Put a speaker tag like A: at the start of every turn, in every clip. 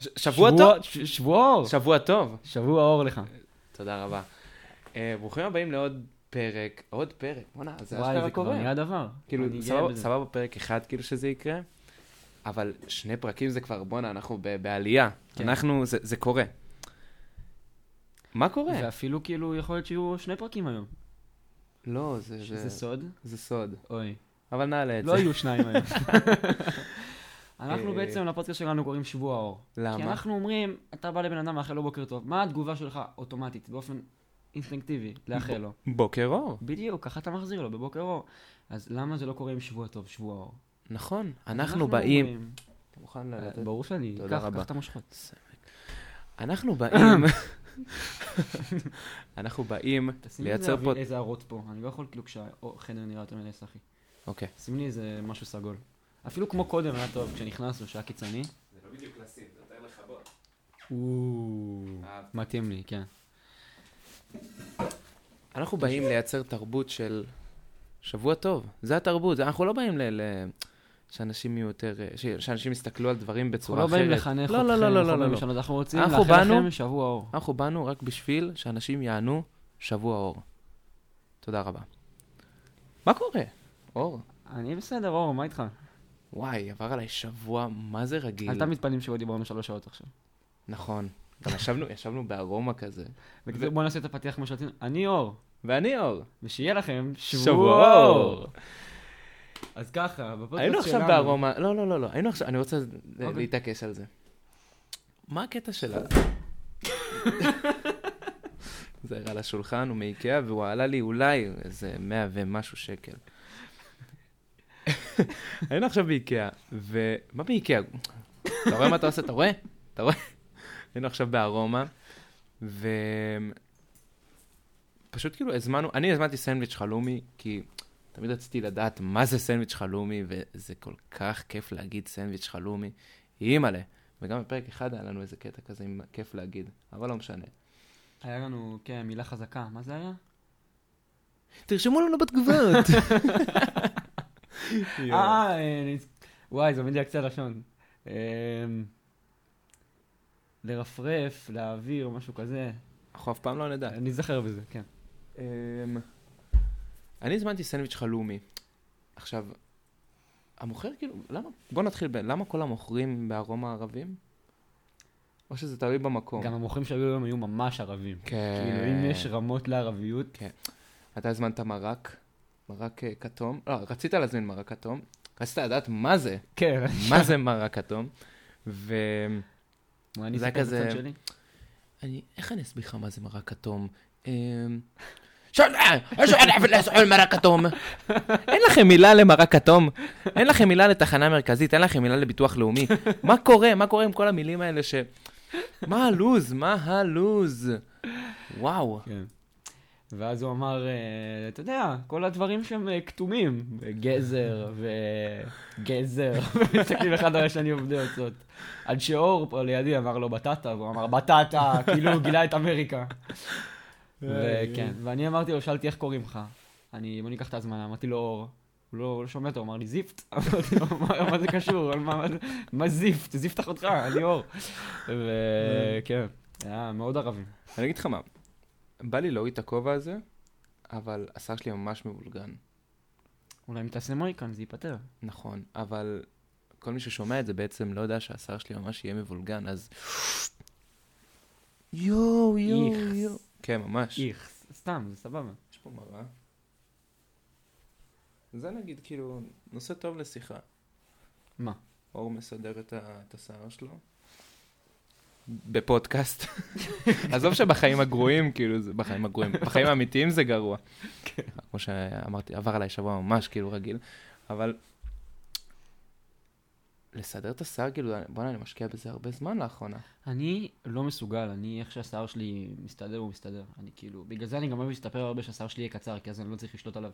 A: ש- שבוע טוב.
B: ש- שבוע אור.
A: שבוע טוב.
B: שבוע אור לך.
A: תודה רבה. אה, ברוכים הבאים לעוד פרק, עוד פרק, בואנה, זה
B: וואי,
A: אשכרה
B: זה כבר
A: קורה.
B: נהיה דבר. אני
A: כאילו,
B: גאה
A: סבבה-
B: בזה.
A: סבבה פרק אחד כאילו שזה יקרה, אבל שני פרקים זה כבר, בואנה, אנחנו ב- בעלייה.
B: כן.
A: אנחנו, זה זה קורה. מה קורה?
B: ואפילו כאילו יכול להיות שיהיו שני פרקים היום.
A: לא, זה-
B: שזה
A: זה
B: סוד.
A: זה סוד.
B: אוי.
A: אבל נעלה את
B: לא
A: זה.
B: יהיו שניים היום. אנחנו
A: אה,
B: בעצם, לפודקאסט שלנו קוראים שבוע האור. כי
A: למה?
B: אנחנו אומרים, אתה בא לבן אדם מאחל לו בוקר טוב, מה התגובה שלך אוטומטית, באופן אינסטינקטיבי, לאחל לו?
A: בוקר אור.
B: בדיוק, ככה אתה מחזיר לו, בבוקר אור. אז למה זה לא קורה עם שבוע טוב, שבוע אור?
A: נכון, אנחנו
B: לא
A: באים.
B: אומרים,
A: אתה מוכן
B: אה,
A: לתת?
B: ברור שאני,
A: תודה
B: קח,
A: רבה.
B: קח את המושכות.
A: אנחנו באים, אנחנו באים
B: תשים לי
A: לייצר
B: איזה
A: פה...
B: אוויר- איזה ערות פה, אני לא יכול כאילו כשהחדר נראה יותר מדי סחי.
A: אוקיי.
B: שים לי איזה משהו סגול. אפילו כמו קודם היה טוב, כשנכנסנו, שהיה קיצוני.
A: זה לא בדיוק לשים, זה יותר לכבות. אהבתי.
B: מתאים לי, כן.
A: אנחנו באים לייצר תרבות של שבוע טוב. זה התרבות, זה- אנחנו לא באים ל... ל- שאנשים יהיו יותר... אה, ש- שאנשים יסתכלו על דברים
B: אנחנו
A: בצורה
B: לא
A: אחרת.
B: באים לחנך
A: לא, לא,
B: אתכם,
A: לא, לא,
B: אנחנו
A: לא,
B: באים
A: לא.
B: לשנות, אנחנו רוצים
A: אנחנו
B: לאחל
A: באנו-
B: לכם שבוע אור.
A: אנחנו באנו רק בשביל שאנשים יענו שבוע אור. תודה רבה. מה קורה? אור.
B: אני בסדר, אור, מה איתך?
A: וואי, עבר עליי שבוע, מה זה רגיל.
B: עלתה מתפנים שלא דיברנו שלוש שעות עכשיו.
A: נכון. גם ישבנו, ישבנו בארומה כזה.
B: בקיצור, בוא נעשה את הפתיח כמו שרצינו. אני אור,
A: ואני אור.
B: ושיהיה לכם
A: שבוע
B: שבוע
A: אור.
B: אור. אז ככה, בפודקאסט שלנו...
A: היינו עכשיו בארומה, לא, לא, לא, לא, היינו עכשיו, אני רוצה אה,
B: אוקיי.
A: להתעקש על זה. מה הקטע שלה? זה הראה לשולחן, הוא מאיקאה, והוא עלה לי אולי איזה 100 ומשהו שקל. היינו עכשיו באיקאה, ומה באיקאה? אתה רואה מה אתה עושה? אתה רואה? אתה רואה? היינו עכשיו בארומה, ו... פשוט כאילו הזמנו, אני הזמנתי סנדוויץ' חלומי, כי תמיד רציתי לדעת מה זה סנדוויץ' חלומי, וזה כל כך כיף להגיד סנדוויץ' חלומי. אימא'לה. וגם בפרק אחד היה לנו איזה קטע כזה עם כיף להגיד, אבל לא משנה.
B: היה לנו, כן, מילה חזקה, מה זה היה?
A: תרשמו לנו בתגובות. יואו.
B: אה, אה, אני- וואי, זה עומד לי על קצה הלשון. אמ, לרפרף, להעביר, משהו כזה.
A: אנחנו אף פעם לא נדע.
B: אני אזכר בזה, כן.
A: אמ, אני הזמנתי סנדוויץ' חלומי. עכשיו, המוכר כאילו, למה? בוא נתחיל ב... למה כל המוכרים בארומה ערבים? או שזה תלוי במקום.
B: גם המוכרים שהיו היום היו ממש ערבים.
A: כן.
B: כאילו, אם יש רמות לערביות,
A: אתה הזמנת מרק, מרק אה, כתום. לא, רצית להזמין מרק כתום. רצית לדעת מה זה,
B: כן.
A: מה זה מרק כתום. ואני,
B: מה, אני
A: זה
B: אספר את
A: כזה-
B: הצד שלי?
A: איך אני אסביר לך מה זה מרק כתום? אמ, שומע, שומע, אבל אסור מרק כתום. אין לכם מילה למרק כתום, אין לכם מילה לתחנה מרכזית, אין לכם מילה לביטוח לאומי. מה קורה? מה קורה עם כל המילים האלה ש... מה הלו"ז? מה הלו"ז? וואו.
B: כן. ואז הוא אמר, אה, אתה יודע, כל הדברים שהם אה, כתומים, גזר וגזר, מסתכלים אחד על השני עובדי עצות. עד שאור פה לידי אמר לו בטטה, והוא אמר בטטה, כאילו הוא גילה את אמריקה. וכן, ואני אמרתי לו, שאלתי איך קוראים לך. אני, בוא ניקח את הזמן, אמרתי לו אור. הוא לא הוא לא שומע אותו, הוא אמר לי זיפט. אמרתי לו, "מה- מה זה קשור? על מה- מה זה- מה זיפט? זיפט אחותך, אני אור. וכן, היה מאוד ערבים.
A: אני אגיד לך מה, בא לי להוריד את הכובע הזה, אבל השיער שלי ממש מבולגן.
B: אולי אם תעשה מויקן זה ייפתר.
A: נכון, אבל כל מי ששומע את זה בעצם לא יודע שהשיער שלי ממש יהיה מבולגן, אז... יואו, יואו,
B: איכס.
A: יואו. כן, ממש.
B: איך, סתם, זה סבבה.
A: יש פה מראה. זה נגיד כאילו נושא טוב לשיחה.
B: מה?
A: אור מסדר את ה- את השיער שלו. בפודקאסט. עזוב שבחיים הגרועים, כאילו, זה בחיים הגרועים, בחיים האמיתיים זה גרוע. כמו שאמרתי, עבר עליי שבוע ממש כאילו רגיל, אבל... לסדר את השיער, כאילו, בוא'נה, אני משקיע בזה הרבה זמן לאחרונה.
B: אני לא מסוגל, אני, איך שהשיער שלי מסתדר, הוא מסתדר. אני כאילו, בגלל זה אני גם אוהב להסתפר הרבה שהשיער שלי יהיה קצר, כי אז אני לא צריך לשלוט עליו.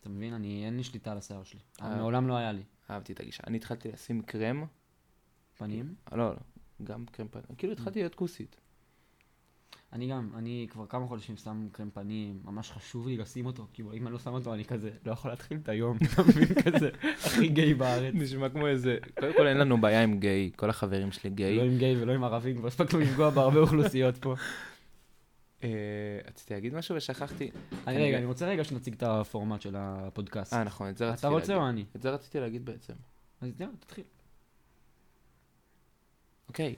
B: אתה מבין? אני, אין לי שליטה על השיער שלי.
A: אה.
B: מעולם לא היה לי.
A: אהבתי את הגישה. אני התחלתי לשים קרם, אה,
B: פנים?
A: אוקיי. לא, לא, גם קרם פנים, כאילו התחלתי להיות כוסית.
B: אני גם, אני כבר כמה חודשים שם קרם פנים, ממש חשוב לי לשים אותו, כאילו אם אני לא שם אותו אני כזה לא יכול להתחיל את היום, אתה מבין? כזה הכי גיי בארץ.
A: נשמע כמו איזה... קודם כל אין לנו בעיה עם גיי, כל החברים שלי
B: לא
A: גיי.
B: עם גיי ולא עם ערבים, כבר הספקנו לפגוע בהרבה אוכלוסיות פה.
A: אה, רציתי להגיד משהו ושכחתי.
B: אני רגע, אני רוצה רגע שנציג את הפורמט של הפודקאסט.
A: אה, נכון, את זה רציתי
B: אתה
A: להגיד.
B: רוצה או אני?
A: את זה רציתי להגיד בעצם.
B: אז זהו, תתחיל.
A: אוקיי.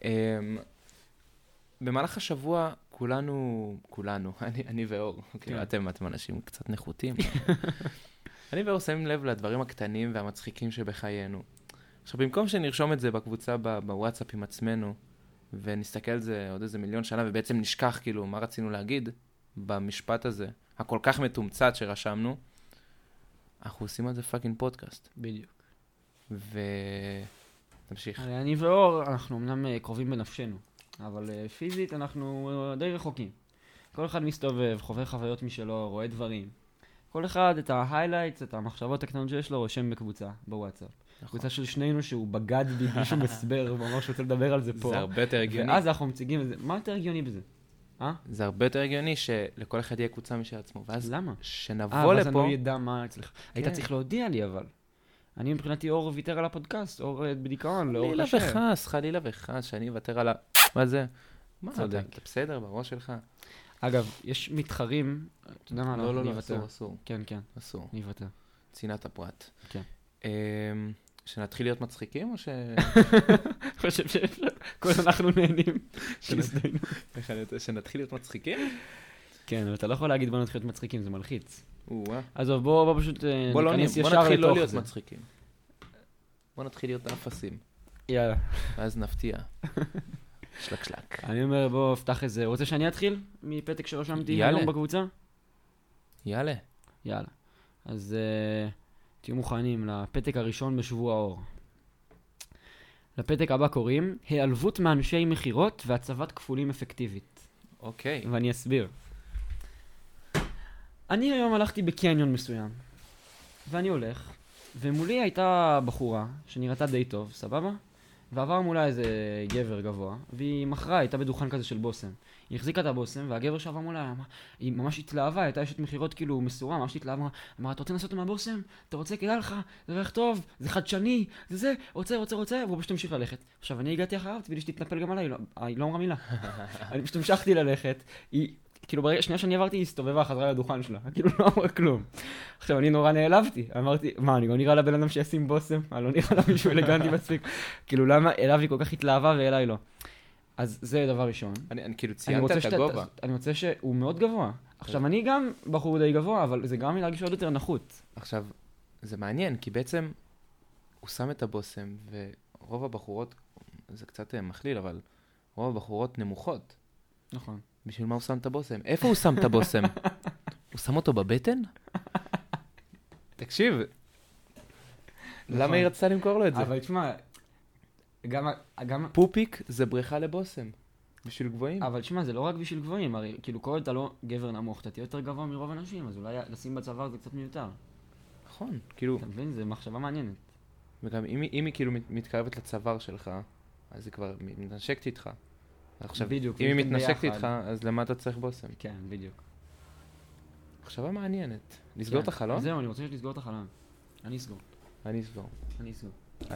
A: Um, במהלך השבוע כולנו, כולנו, אני, אני ואור,
B: כן.
A: כאילו אתם, אתם אנשים קצת נחותים. אבל אני ואור שמים לב לדברים הקטנים והמצחיקים שבחיינו. עכשיו, במקום שנרשום את זה בקבוצה ב- בוואטסאפ עם עצמנו, ונסתכל על זה עוד איזה מיליון שנה, ובעצם נשכח כאילו מה רצינו להגיד במשפט הזה, הכל כך מתומצת שרשמנו, אנחנו עושים על זה פאקינג פודקאסט.
B: בדיוק.
A: ו... תמשיך.
B: אני ואור, אנחנו אמנם אה, קרובים בנפשנו, אבל אה, פיזית אנחנו אה, די רחוקים. כל אחד מסתובב, חווה חוויות משלו, רואה דברים. כל אחד את ההיילייטס, את המחשבות הקטנות שיש לו, רושם בקבוצה, בוואטסאפ.
A: נכון.
B: קבוצה של שנינו שהוא בגד בי בלי שום הסבר, והוא ממש רוצה לדבר על זה פה.
A: זה הרבה יותר הגיוני.
B: ואז אנחנו מציגים את זה, מה יותר הגיוני בזה? אה?
A: זה הרבה יותר הגיוני שלכל אחד יהיה קבוצה משל עצמו,
B: אז
A: ואז
B: למה? אה,
A: שנבוא
B: ואז אני
A: לפה,
B: לא ידע מה אצלך. היית
A: כן.
B: צריך להודיע לי אבל. אני מבחינתי אור ויתר על הפודקאסט, אור אה, בדיכאון, לאור
A: חלילה
B: קשה.
A: וחס, חלילה וחס, שאני אוותר על ה... מה זה? מה, אתה-
B: צודק.
A: אתה בסדר בראש שלך?
B: אגב, יש מתחרים, אתה יודע מה,
A: לא, לא,
B: אני
A: לא,
B: אוותר.
A: אסור, אסור,
B: כן, כן,
A: אסור.
B: אני אוותר.
A: צנעת הפרט.
B: כן.
A: אמ, שנתחיל להיות מצחיקים או ש...
B: אני חושב שאפשר, כל אנחנו נהנים. שהזדיינו.
A: איך אני יודע? שנתחיל להיות מצחיקים?
B: כן, אבל אתה לא יכול להגיד בוא נתחיל להיות מצחיקים, זה מלחיץ.
A: או-אה.
B: עזוב, בוא בוא פשוט אה,
A: בוא לא נהיה-
B: ניכנס
A: בוא
B: ישר
A: נתחיל לא
B: לתוך
A: להיות
B: זה.
A: מצחיקים. בוא נתחיל להיות אפסים,
B: יאללה.
A: ואז נפתיע. שלק שלק.
B: אני אומר, בוא, פתח איזה, רוצה שאני אתחיל? מפתק שרשמתי
A: יאללה.
B: היום בקבוצה?
A: יאללה.
B: יאללה. אז אה, תהיו מוכנים לפתק הראשון בשבוע האור. לפתק הבא קוראים היעלבות מאנשי מכירות והצבת כפולים אפקטיבית.
A: אוקיי.
B: ואני אסביר. אני היום הלכתי בקניון מסוים, ואני הולך, ומולי הייתה בחורה שנראתה די טוב, סבבה? ועבר מולה איזה גבר גבוה, והיא מכרה, הייתה בדוכן כזה של בושם. היא החזיקה את הבושם, והגבר שעבר מולה, אמר- היא ממש התלהבה, הייתה אשת מכירות כאילו מסורה, ממש התלהבה, אמרה, אתה רוצה לנסות אותו מהבושם? אתה רוצה, כדאי לך, זה ריח טוב, זה חדשני, זה זה, רוצה, רוצה, רוצה, והוא פשוט המשיך ללכת. עכשיו, אני הגעתי אחריו, טבעי לי שתתנפל גם עליי, היא לא- היא לא אמרה מילה. אני פשוט המשכתי ללכת, היא, כאילו ברגע, שנייה שאני עברתי, היא הסתובבה, חזרה לדוכן שלה, כאילו לא אמרה כלום. עכשיו, אני נורא נעלבתי, אמרתי, מה, אני לא נראה לבן אדם שישים בושם? אני לא נראה לה מישהו אלגנטי מספיק. כאילו, למה אליו היא כל כך התלהבה ואליי לא? אז זה דבר ראשון.
A: אני אני כאילו
B: אני
A: ציינת
B: רוצה
A: את
B: שאתה-
A: הגובה.
B: אני רוצה שהוא מאוד גבוה. עכשיו, אני גם בחור די גבוה, אבל זה גרם לי להרגיש עוד יותר נחות.
A: עכשיו, זה מעניין, כי בעצם הוא שם את הבושם, ורוב הבחורות, זה קצת אה, מכליל, אבל רוב הבחורות נמוכות.
B: נכון.
A: בשביל מה הוא שם את הבושם? איפה הוא שם את הבושם? הוא שם אותו בבטן? תקשיב, למה
B: נכון.
A: היא רצתה למכור לו את זה?
B: אבל תשמע, גם, ה- גם,
A: פופיק זה בריכה לבושם, בשביל גבוהים.
B: אבל תשמע, זה לא רק בשביל גבוהים, הרי כאילו כל עוד אתה לא גבר נמוך, אתה תהיה יותר גבוה מרוב הנשים, אז אולי לשים בצוואר זה קצת מיותר.
A: נכון, כאילו,
B: אתה מבין? זו מחשבה מעניינת.
A: וגם אם היא- אם היא כאילו מת- מתקרבת לצוואר שלך, אז היא כבר מתנשקת איתך. עכשיו,
B: בדיוק,
A: אם היא
B: ואתם
A: מתנשקת
B: ביחד.
A: איתך, אז למה אתה צריך בושם?
B: כן, בדיוק.
A: מחשבה מעניינת. לסגור
B: כן.
A: את החלון?
B: זהו, אני רוצה שתסגור את החלון. אני אסגור.
A: אני אסגור.
B: אני אסגור.
A: אתה...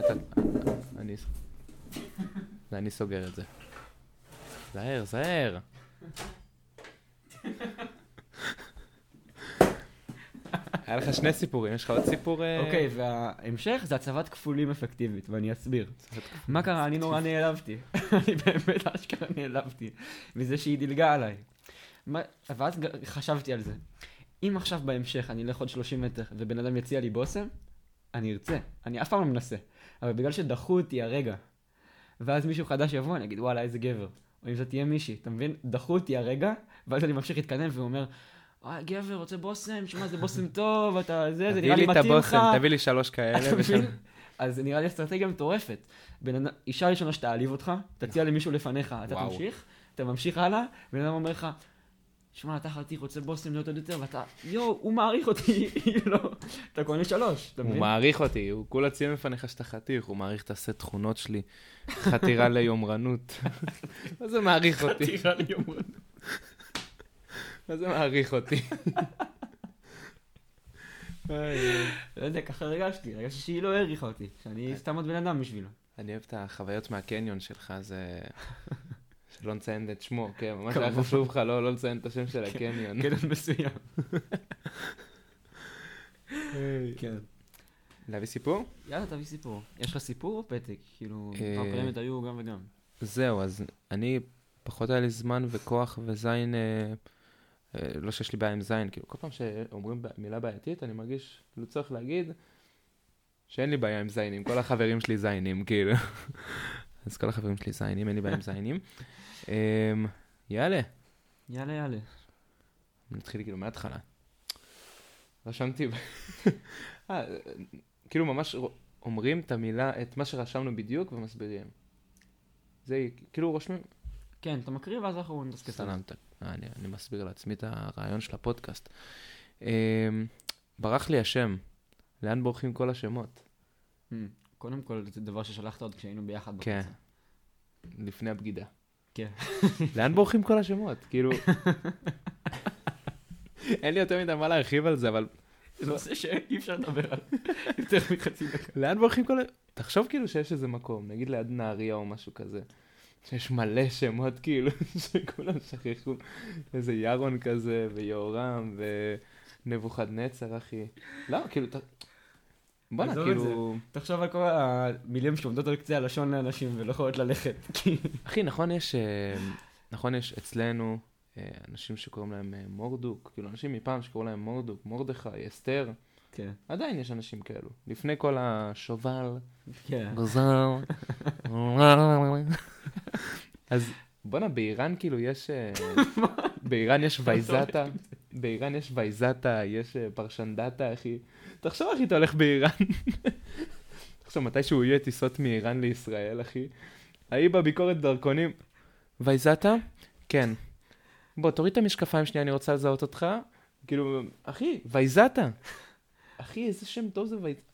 A: אני אסגור. ואני סוגר את זה. זהר, זהר. היה לך שני סיפורים, יש לך עוד סיפור... אה,
B: אוקיי, וההמשך זה הצבת כפולים אפקטיבית, ואני אסביר.
A: צריך לתקוף.
B: מה קרה? אני נורא נעלבתי. אני באמת אשכרה נעלבתי מזה שהיא דילגה עליי. מה- ואז ג- חשבתי על זה. אם עכשיו בהמשך אני אלך עוד 30 מטר ובן אדם יציע לי בושם, אני ארצה. אני אף פעם לא מנסה. אבל בגלל שדחו אותי הרגע, ואז מישהו חדש יבוא, אני אגיד וואלה איזה גבר. או אם זה תהיה מישהי, אתה מבין? דחו אותי הרגע, ואז אני ממשיך להתקדם ואומר, אה גבר רוצה בושם, שמע זה בושם טוב, אתה זה, זה
A: תביא
B: נראה לי
A: לי את
B: מתאים לך.
A: הבושם, תביא לי שלוש כאלה.
B: אתה
A: ושל-
B: מבין? אז זה נראה לי אסטרטגיה מטורפת. בן אדם, אישה ראשונה שתעליב אותך, תציע למישהו לפניך, אתה
A: וואו.
B: תמשיך, אתה ממשיך הלאה, בן אדם אומר לך, שמע, אתה חתיך, רוצה בוסטון להיות עוד יותר, ואתה, יואו, הוא מעריך אותי, לא, אתה קונה שלוש, אתה
A: הוא
B: מבין?
A: מעריך אותי, הוא כולה ציין בפניך שאתה חתיך, הוא מעריך את הסט תכונות שלי, חתירה ליומרנות. מה זה מעריך אותי?
B: חתירה לי אומרים.
A: מה זה מעריך אותי?
B: לא יודע, ככה הרגשתי, הרגשתי שהיא לא העריכה אותי, שאני סתם עוד בן אדם בשבילו.
A: אני אוהב את החוויות מהקניון שלך, זה... שלא נציין את שמו, כן, ממש היה
B: כמובן.
A: חשוב לך לא לא לציין את השם של הקניון.
B: קטע מסוים. כן.
A: להביא סיפור?
B: יאללה, תביא סיפור. יש לך סיפור או פתק? כאילו,
A: אה,
B: פעם קודמת היו גם וגם.
A: זהו, אז אני, פחות היה לי זמן וכוח וזין, אה, אה, לא שיש לי בעיה עם זין, כאילו, כל פעם שאומרים ב- מילה בעייתית, אני מרגיש, כאילו, צריך להגיד שאין לי בעיה עם זיינים, כל החברים שלי זיינים, כאילו. אז כל החברים שלי זיינים, אין לי בעיה עם זיינים. אה, יאללה,
B: יאללה, יאללה.
A: נתחיל כאילו מההתחלה. רשמתי, ב- אה, כאילו ממש ר- אומרים את המילה, את מה שרשמנו בדיוק ומסבירים. זה כאילו רושמים,
B: כן, אתה מקריא ואז אנחנו נדסקס על זה.
A: סלמת. אה, אני, אני מסביר לעצמי את הרעיון של הפודקאסט. אמ, ברח לי השם, לאן בורחים כל השמות?
B: אמ, קודם כל, זה דבר ששלחת עוד כשהיינו ביחד.
A: כן.
B: בקבוצה.
A: לפני הבגידה.
B: כן.
A: לאן בורחים כל השמות? כאילו... אין לי יותר מדי מה להרחיב על זה, אבל
B: זה נושא שאי אפשר לדבר עליו יותר מחצי דקה.
A: לאן בורחים כל ה... תחשוב כאילו שיש איזה מקום, נגיד ליד נהריה או משהו כזה, שיש מלא שמות כאילו, שכולם שכחו איזה ירון כזה, ויהורם, ונבוכדנצר, אחי. לא, כאילו, ת... בואנה,
B: עזוב את
A: כאילו...
B: תחשוב על כל המילים שעומדות על קצה הלשון לאנשים ולא יכולות ללכת.
A: אחי, נכון יש, אה, נכון יש אצלנו אה, אנשים שקוראים להם אה, מורדוק, כאילו אנשים מפעם שקוראים להם מורדוק, מרדכי, אסתר,
B: כן.
A: עדיין יש אנשים כאלו. לפני כל השובל,
B: כן.
A: גוזל, אז בואנה, באיראן כאילו יש, אה, באיראן יש וייזאטה, באיראן יש וייזאטה, יש אה, פרשנדאטה, אחי. תחשוב, אחי, אתה הולך באיראן. תחשוב, מתישהו יהיה טיסות מאיראן לישראל, אחי. ההיא בביקורת דרכונים. וייזאטה? כן. בוא, תוריד את המשקפיים שנייה, אני רוצה לזהות אותך. כאילו, אחי, וייזאטה. אחי, איזה שם טוב זה וייזאטה.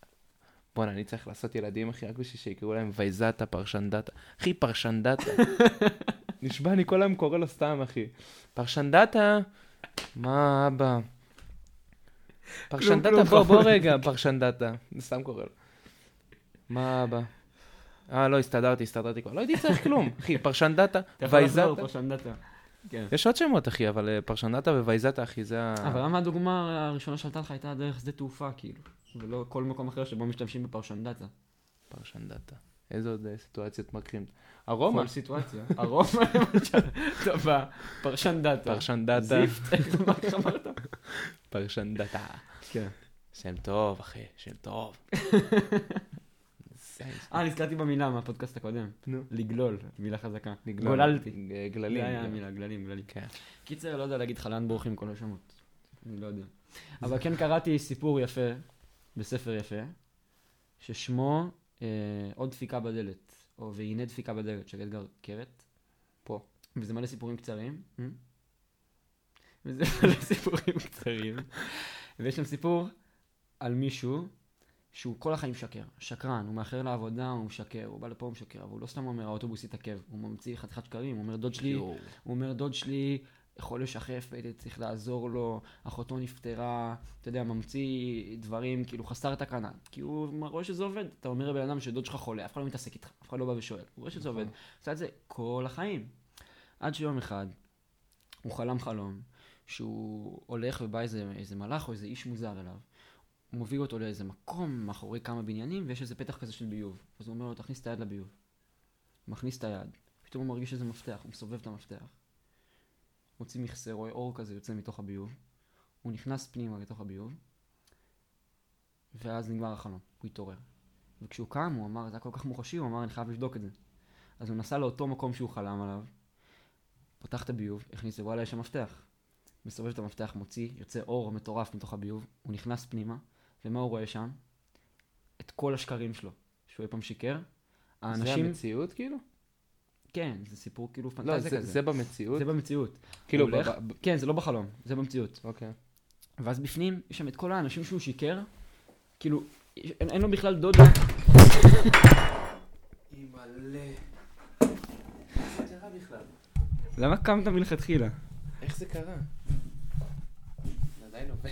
A: בואנה, אני צריך לעשות ילדים, אחי, רק בשביל שיקראו להם וייזאטה, פרשנדאטה. אחי, פרשנדאטה. נשבע, אני כל היום קורא לו סתם, אחי. לא, פרשנדאטה? מה, אבא? פרשנדאטה,
B: כלום,
A: בוא, בוא
B: כלום.
A: רגע, פרשנדאטה. אני סתם קורא לו. מה, אבא? אה, לא, הסתדרתי, הסתדרתי כבר. לא הייתי צריך כלום. אחי, פרשנדאטה,
B: אתה יכול לחזור,
A: וייזאטה.
B: פרשן דאטה. כן.
A: יש עוד שמות, אחי, אבל אה, פרשנדאטה ווייזאטה, אחי, זה ה...
B: אבל למה הדוגמה הראשונה שעלתה לך הייתה דרך שדה תעופה, כאילו? ולא כל מקום אחר שבו משתמשים בפרשן דאטה.
A: פרשנדאטה. איזה עוד אה, סיטואציות מקרים.
B: כל
A: ארומה.
B: סיטואציה. הרוב למשל, טובה, פרשן דאטה.
A: פרשנדאטה.
B: זיפט, איך אמרת?
A: פרשנדאטה.
B: כן.
A: שם טוב, אחי, שם טוב. זה-
B: אה, נזכרתי במילה מהפודקאסט הקודם.
A: נו.
B: לגלול, מילה חזקה.
A: נגלול.
B: גוללתי.
A: אה, גללים.
B: זה היה המילה, גללים, גללים.
A: כן.
B: קיצר, לא יודע להגיד לך לאן בורחים כל השמות. אני לא יודע. אבל כן קראתי סיפור יפה, בספר יפה, ששמו אה, עוד דפיקה בדלת, או והנה דפיקה בדלת, של אדגר קרת, פה. וזה מלא סיפורים קצרים. אה? וזה מלא סיפורים קצרים. ויש שם סיפור על מישהו שהוא כל החיים שקר, שקרן, הוא מאחר לעבודה, הוא משקר, הוא בא לפה, הוא משקר, אבל הוא לא סתם אומר, האוטובוס התעכב, הוא ממציא חתיכת שקרים, הוא אומר, דוד שלי,
A: יואו.
B: הוא אומר, דוד שלי חולה שחפת, צריך לעזור לו, אחותו נפטרה, אתה יודע, ממציא דברים, כאילו, חסר תקנה. כי הוא רואה שזה עובד. אתה אומר לבן אדם שדוד שלך חולה, אף אחד לא מתעסק איתך, אף אחד לא בא ושואל. הוא רואה שזה
A: נכון.
B: עובד. עשה את זה כל החיים. עד שיום אחד, הוא חלם חלום, שהוא הולך ובא איזה, איזה מלאך או איזה איש מוזר אליו. הוא מוביל אותו לאיזה מקום, מאחורי כמה בניינים, ויש איזה פתח כזה של ביוב. אז הוא אומר לו, תכניס את היד לביוב. מכניס את היד, פתאום הוא מרגיש איזה מפתח, הוא מסובב את המפתח. מוציא מכסה, רואה אור כזה יוצא מתוך הביוב. הוא נכנס פנימה לתוך הביוב, ואז נגמר החלום, הוא התעורר. וכשהוא קם, הוא אמר, זה היה כל כך מוחשי, הוא אמר, אני חייב לבדוק את זה. אז הוא נסע לאותו מקום שהוא חלם עליו, פתח את הביוב, הכניס, וואלה, יש שם מפתח. מסובב את המפתח, מוציא, יוצא אור מטורף מתוך הביוב, הוא נכנס פנימה, ומה הוא רואה שם? את כל השקרים שלו, שהוא אי פעם שיקר.
A: זה
B: האנשים,
A: המציאות, כאילו?
B: כן, זה סיפור כאילו
A: לא,
B: פנטזיה
A: זה-
B: כזה.
A: זה במציאות?
B: זה במציאות.
A: כאילו,
B: הוא הולך-
A: ב- ב-
B: כן, זה לא בחלום, זה במציאות.
A: אוקיי.
B: ואז בפנים יש שם את כל האנשים שהוא שיקר, כאילו, יש- אין, אין לו בכלל דודה. למה קמת מלכתחילה?
A: איך זה קרה? זה עדיין עובד.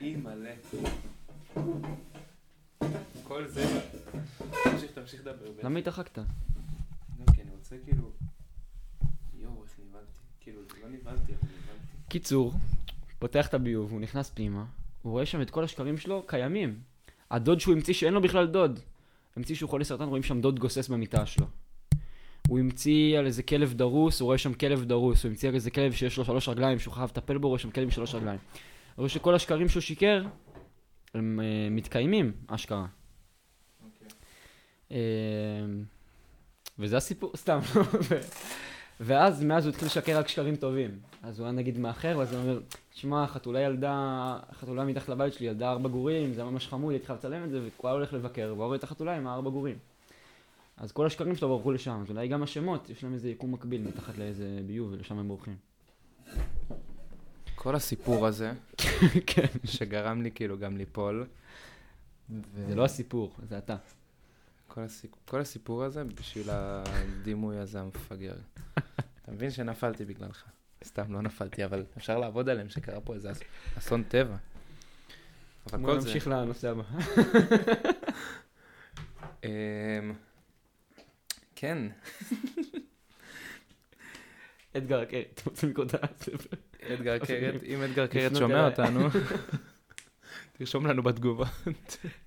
A: אי מלא. כל זה... תמשיך, תמשיך לדבר. בטח.
B: למה התרחקת?
A: לא, כי אני רוצה כאילו... יואו, איך נבהלתי. כאילו, לא נבהלתי, אבל נבהלתי.
B: קיצור, פותח את הביוב, הוא נכנס פנימה, הוא רואה שם את כל השקרים שלו קיימים. הדוד שהוא המציא שאין לו בכלל דוד. המציא שהוא חולה סרטן, רואים שם דוד גוסס במיטה שלו. הוא המציא על איזה כלב דרוס, הוא רואה שם כלב דרוס, הוא המציא על איזה כלב שיש לו שלוש רגליים, שהוא חייב לטפל בו, הוא רואה שם כלב עם שלוש רגליים. הוא רואה שכל השקרים שהוא שיקר, הם אה, מתקיימים, אשכרה. אה, וזה הסיפור, סתם. ו- ואז, מאז הוא התחיל לשקר רק שקרים טובים. אז הוא היה נגיד מאחר, ואז הוא אומר, שמע, חתולה ילדה, חתולה מתחת לבית שלי, ילדה ארבע גורים, זה ממש חמוד, הייתי חייב לצלם את זה, והוא היה הולך לבקר, והוא רואה את החתולה עם הארבע גורים. אז כל השקרים שלו ברחו לשם, אז אולי גם השמות, יש להם איזה יקום מקביל מתחת לאיזה ביוב, ולשם הם בורחים.
A: כל הסיפור הזה,
B: כן.
A: שגרם לי כאילו גם ליפול, ו-
B: זה לא הסיפור, זה אתה.
A: כל, הסיפ... כל הסיפור הזה בשביל הדימוי הזה המפגר. אתה מבין שנפלתי בגללך. סתם, לא נפלתי, אבל אפשר לעבוד עליהם שקרה פה איזה אס... אסון טבע. אבל
B: בוא
A: כל זה...
B: נמשיך לנושא הבא.
A: אמ... כן,
B: אתגר, כן, אתם רוצים לקרוא את הספר?
A: אדגר קרת, אם אדגר קרת
B: לפנות
A: שומע
B: אליי.
A: אותנו, תרשום לנו בתגובה.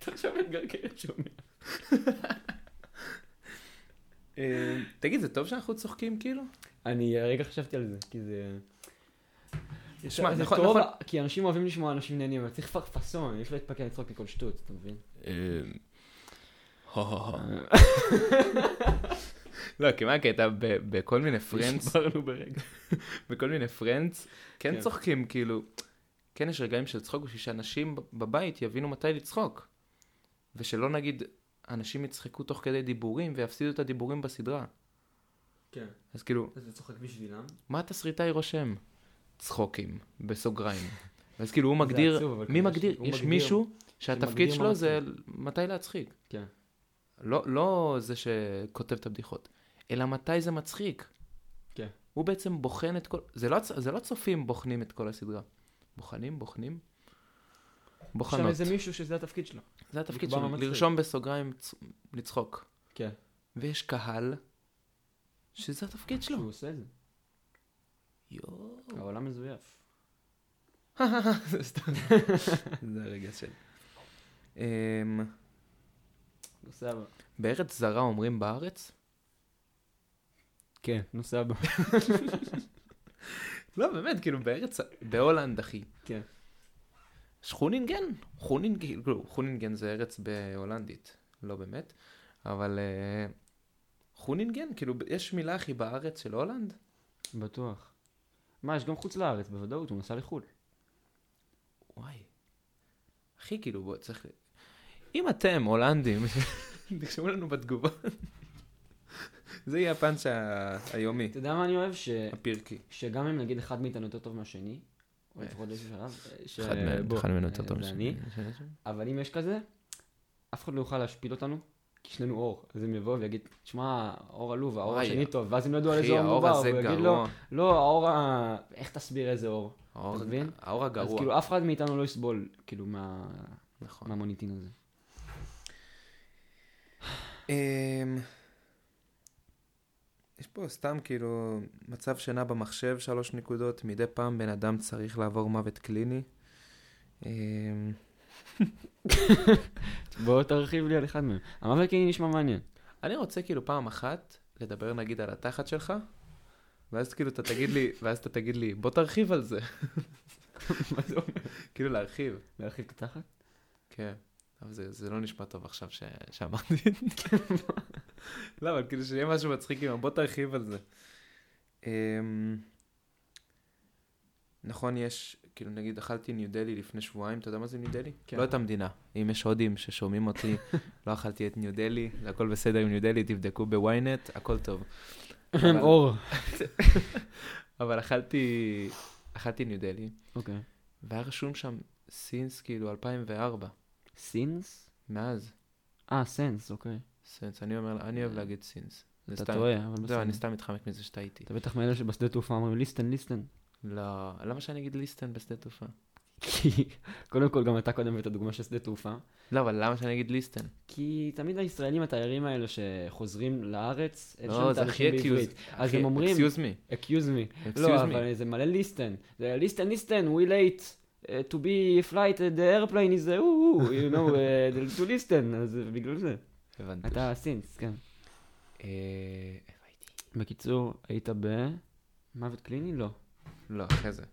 B: עכשיו אתגר, כן, שומע.
A: אמ, תגיד, זה טוב שאנחנו צוחקים כאילו?
B: אני הרגע חשבתי על זה, כי זה...
A: שמע,
B: זה
A: נכון,
B: טוב,
A: נכון.
B: כי אנשים אוהבים לשמוע אנשים נהנים, אבל צריך פרפסון, אי אפשר להתפקע לצחוק מכל שטות, אתה מבין?
A: אמ, אה,
B: אה,
A: לא, כי מה הקטע? ב- בכל מיני פרנדס,
B: נשברנו ברגע.
A: בכל מיני פרנדס, כן
B: כן.
A: צוחקים כאילו. כן יש רגעים של צחוק בשביל שאנשים ב- בבית יבינו מתי לצחוק. ושלא נגיד, אנשים יצחקו תוך כדי דיבורים ויפסידו את הדיבורים בסדרה.
B: כן,
A: אז כאילו,
B: אז אתה צוחק בשבילם.
A: מה התסריטאי רושם? צחוקים, בסוגריים. ואז כאילו הוא
B: זה
A: מגדיר,
B: עצוב, אבל
A: מי
B: כנראה
A: מגדיר?
B: שהוא
A: יש
B: מגדיר-
A: מישהו שהתפקיד
B: שמגדיר
A: שלו
B: מה
A: זה מתי להצחיק.
B: כן.
A: לא, לא זה שכותב את הבדיחות, אלא מתי זה מצחיק.
B: כן.
A: הוא בעצם בוחן את כל... זה לא, צ- זה לא צופים בוחנים את כל הסדרה. בוחנים, בוחנים,
B: יש שם
A: בוחנות.
B: איזה מישהו שזה התפקיד שלו.
A: זה התפקיד
B: נקבע
A: שלו,
B: מה מצחיק.
A: לרשום בסוגריים, צ- לצחוק.
B: כן.
A: ויש קהל, שזה התפקיד שלו.
B: שהוא עושה את זה.
A: יואו.
B: העולם מזויף.
A: זה סתם. זה הרגע של... אמ,
B: נושא הבא.
A: בארץ זרה אומרים בארץ?
B: כן, נושא הבא.
A: לא, באמת, כאילו בארץ... בהולנד, אחי.
B: כן.
A: שכונינגן? חונינגן, כאילו, חונינגן זה ארץ בהולנדית, לא באמת, אבל אה, חונינגן, כאילו, יש מילה אחי בארץ של הולנד?
B: בטוח. מה, יש גם חוץ לארץ, בוודאות, הוא נסע לחו"ל.
A: וואי. אחי, כאילו, בוא, צריך... אם אתם הולנדים, תרשמו לנו בתגובה. זה יהיה הפאנץ' ה- היומי,
B: אתה יודע מה אני אוהב? ש-
A: הפירקי.
B: שגם אם נגיד אחד מאיתנו יותר טוב מהשני, או
A: אה.
B: לפחות באיזשהו שלב, ש-
A: אחד מהם-
B: בוא,
A: אחד ממנו יותר
B: אה,
A: טוב.
B: זה
A: לשני.
B: אני. אבל אם יש כזה, אף אחד לא יוכל להשפיל אותנו, כי שנינו אור. אז הם יבואו ויגיד, שמע, האור עלוב, האור
A: וואי.
B: השני טוב, ואז הם לא ידעו על איזה
A: אחי,
B: אור
A: האור
B: מדובר,
A: הזה
B: הוא יגיד לו,
A: גרוע.
B: לא, האור ה... איך תסביר איזה אור?
A: האור-
B: אתה מבין?
A: האור
B: אז
A: הגרוע.
B: כאילו אף אחד מאיתנו לא יסבול, כאילו, מה...
A: נכון.
B: מהמוניטין הזה.
A: אמ, יש פה סתם כאילו מצב שינה במחשב, שלוש נקודות, מדי פעם בן אדם צריך לעבור מוות קליני. אמ,
B: בוא תרחיב לי על אחד מהם. המוות קליני נשמע מעניין.
A: אני רוצה כאילו פעם אחת לדבר נגיד על התחת שלך, ואז כאילו אתה תגיד לי, ואז אתה תגיד לי, בוא תרחיב על זה.
B: מה זה אומר?
A: כאילו להרחיב.
B: להרחיב את התחת?
A: כן. אבל זה, זה לא נשמע טוב עכשיו ש... שאמרתי. לא, אבל כאילו שיהיה משהו מצחיק, עם ה- בוא תרחיב על זה. אמ, נכון, יש, כאילו נגיד אכלתי ניו דלי לפני שבועיים, אתה יודע מה זה ניו דלי?
B: כן.
A: לא את המדינה. אם יש הודים ששומעים אותי, לא אכלתי את ניו דלי, זה הכל בסדר עם ניו דלי, תבדקו בוויינט, הכל טוב. אבל-
B: אור.
A: אבל אכלתי, אכלתי ניו דלי,
B: אוקיי.
A: והיה רשום שם סינס כאילו 2004,
B: סינס?
A: מאז
B: אה, סנס, אוקיי.
A: סינס, אני אומר, אני אוהב להגיד סינס. זה
B: אה, אתה
A: סתם-
B: טועה, אבל
A: זהו,
B: בסדר.
A: אני סתם מתחמק מזה שאתה איתי.
B: אתה בטח מאלה שבשדה תעופה אומרים ליסטן, ליסטן.
A: לא, למה שאני אגיד ליסטן בשדה תעופה?
B: כי קודם כל גם אתה קודם הבאת דוגמה של שדה תעופה.
A: לא, אבל למה שאני אגיד ליסטן?
B: כי תמיד הישראלים התיירים האלה שחוזרים לארץ, אין שם
A: לא,
B: את
A: זה הכי
B: האנשים בעברית.
A: אקיוז.
B: אז הם אומרים,
A: אקסיוז מי.
B: אקיוז מי. לא,
A: אקסיוז מי.
B: אבל זה מלא ליסטן. זה ליסטן, ליסטן, we late. Uh, to be flight, uh, the airplane is, uh, ooh, you know, uh, to listen, אז uh, בגלל זה.
A: הבנתי.
B: אתה סינס, כן.
A: אה, איפה הייתי?
B: בקיצור, היית ב... מוות קליני? לא.
A: לא, אחרי זה.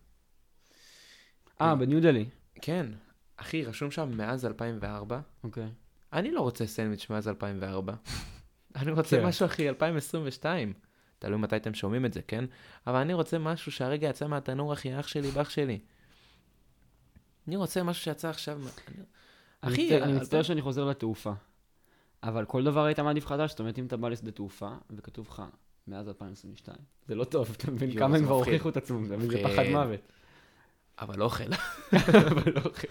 B: אה,
A: כן.
B: בניו דלי.
A: כן, אחי, רשום שם מאז 2004.
B: אוקיי.
A: אני לא רוצה סנדוויץ' מאז 2004. אני רוצה
B: כן.
A: משהו, אחי, 2022. תלוי מתי אתם שומעים את זה, כן? אבל אני רוצה משהו שהרגע יצא מהתנור, אחי, אח שלי, באח שלי. אני רוצה משהו שיצא עכשיו... מה- אני-
B: אני
A: אחי,
B: מצטער- אני
A: אל-
B: מצטער שאני חוזר לתעופה. אבל כל דבר היית מעדיף חדש, זאת אומרת, אם אתה בא לשדה תעופה, וכתוב לך, מאז 2022. זה לא טוב, אתה מבין
A: יואו,
B: כמה
A: זה
B: הם כבר
A: מפחיד.
B: הוכיחו את עצמם, אתה מבין? זה
A: מפחיד.
B: פחד מוות.
A: אבל לא אוכל.
B: אבל לא אוכל.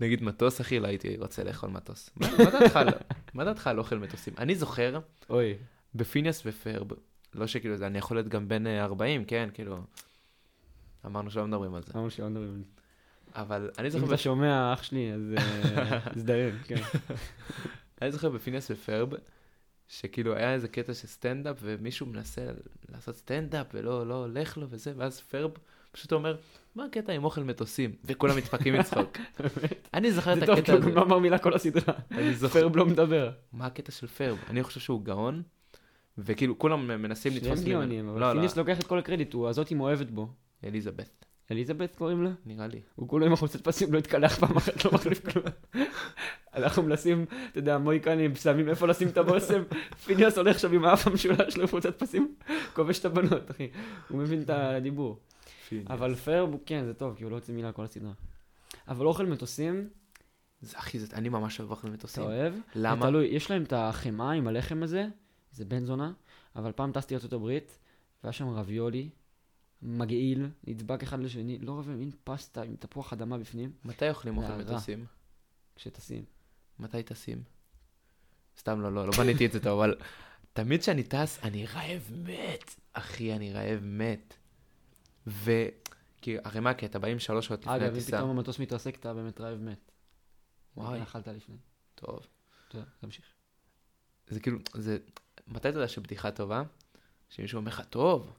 A: נגיד מטוס, אחי, לא הייתי רוצה לאכול מטוס. מה מה דעתך על- מה דעתך על אוכל מטוסים? אני זוכר
B: אוי,
A: בפיניאס ופרב, לא שכאילו זה, אני יכול להיות גם בן אה, 40, כן, כאילו... אמרנו שלא מדברים על זה.
B: אמרנו שעוד דברים.
A: אבל אני
B: אם
A: זוכר
B: אתה שומע, אח שלי, אז אה, הזדיין, כן.
A: אני זוכר בפיניאס ופרב, שכאילו היה איזה קטע של סטנדאפ, ומישהו מנסה לעשות סטנדאפ, ולא לא הולך לו וזה, ואז פרב פשוט אומר, מה הקטע עם אוכל מטוסים? וכולם מתפקים מצחוק. אני זוכר את
B: זה טוב, כי
A: הקטע
B: הוא
A: הזה.
B: גם לא אמר מילה כל הסדרה.
A: אני זוכר,
B: פרב לא מדבר.
A: כאילו, מה הקטע של פרב? אני חושב שהוא גאון, וכאילו כולם מנסים לתפוס
B: שניהם גאונים, אבל
A: לא, לא,
B: פיניס לוקח את כל הקרדיט, הוא הזאתי מאוהבת בו.
A: אליזבת,
B: אליזבת קוראים לה?
A: נראה לי.
B: הוא כולו עם החולצת פסים, לא התקלח פעם אחת, לא מחליף כלום. אנחנו מנסים, אתה יודע, מויקנים, שמים איפה לשים את הבושם, פיניאס הולך עכשיו עם האף המשולש שלו עם חולצת פסים, כובש את הבנות, אחי. הוא מבין את הדיבור. אבל פרב, הוא- כן, זה טוב, כי הוא לא הוציא מילה כל הסדרה. אבל אוכל מטוסים,
A: זה- אחי, זה- אני ממש אוהב אוכל
B: אתה
A: מטוסים.
B: אוהב?
A: למה?
B: תלוי, יש להם את החמאה עם הלחם הזה, זה בן זונה, אבל פעם טסתי לארצות הברית, והיה שם רביולי, מגעיל, נדבק אחד לשני, לא רביולי, מין פסטה עם תפוח אדמה בפנים,
A: מתי אוכלים
B: זה
A: אוכל
B: הרע.
A: מטוסים?
B: כשטסים.
A: מתי טסים? סתם לא, לא, לא בניתי את זה טוב, אבל תמיד כשאני טס, אני רעב מת. אחי, אני רעב מת. ו... כי הרי מה הקטע? באים שלוש שעות לפני
B: אגב, אם
A: הטיסה.
B: פתאום המטוס מתרסק, אתה באמת רעב מת.
A: וואי. אה,
B: וואי. אכלת לפני.
A: טוב.
B: תודה, תמשיך.
A: זה כאילו, זה... מתי אתה יודע שבדיחה טובה? שמישהו אומר לך, טוב.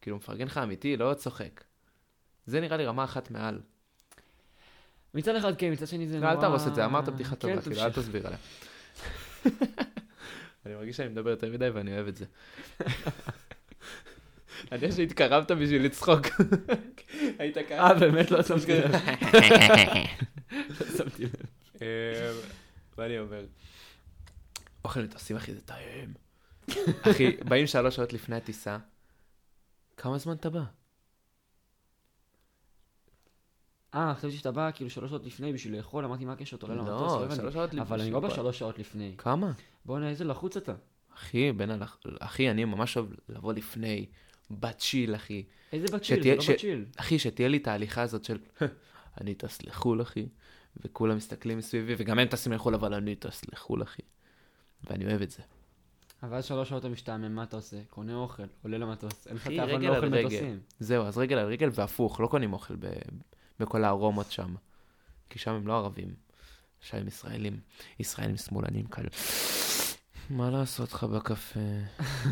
A: כאילו, מפרגן לך אמיתי, לא צוחק. זה נראה לי רמה אחת מעל.
B: מצד אחד כן, מצד שני זה
A: לא,
B: נורא...
A: אל תהרוס את זה, אמרת בדיחה
B: כן,
A: טובה, כאילו, אל
B: תמשיך.
A: תסביר עליה. אני מרגיש שאני מדבר יותר מדי ואני אוהב את זה. אני יודע שהתקרבת בשביל לצחוק. היית
B: אה,
A: ככה.
B: באמת לא שמתי לב. לא שמתי לב.
A: אה, מה אני אומר? אוכל מטוסים, אחי, זה טעים. אחי, באים שלוש שעות לפני הטיסה. כמה זמן אתה בא?
B: אה, חשבתי שאתה בא כאילו שלוש שעות לפני בשביל לאכול, אמרתי מה הקשר, אתה עולה למטוס, לא
A: לא,
B: הבנתי.
A: שלוש שעות לפני.
B: אבל אני לא בשלוש שעות לפני.
A: כמה?
B: בואנה, איזה לחוץ אתה.
A: אחי, בין הלח... אחי, אני ממש אוהב לבוא לפני. בצ'יל, אחי.
B: איזה בצ'יל,
A: שתהיה-
B: זה
A: ש-
B: לא בצ'יל.
A: אחי, שתהיה לי את ההליכה הזאת של אני טס לחו"ל, אחי, וכולם מסתכלים מסביבי, וגם הם טסים לחו"ל, אבל אני טס לחו"ל, אחי. ואני אוהב את זה.
B: אבל אז שלוש שעות אתה משתעמם, מה אתה עושה? קונה אוכל, עולה למטוס. אין לך
A: אחי,
B: תאבון
A: רגל
B: לאוכל
A: על רגל.
B: מטוסים.
A: זהו, אז רגל על רגל והפוך, לא קונים אוכל ב... בכל הארומות שם. כי שם הם לא ערבים, שם הם ישראלים. ישראלים שמאלנים כאלה. מה לעשות לך בקפה?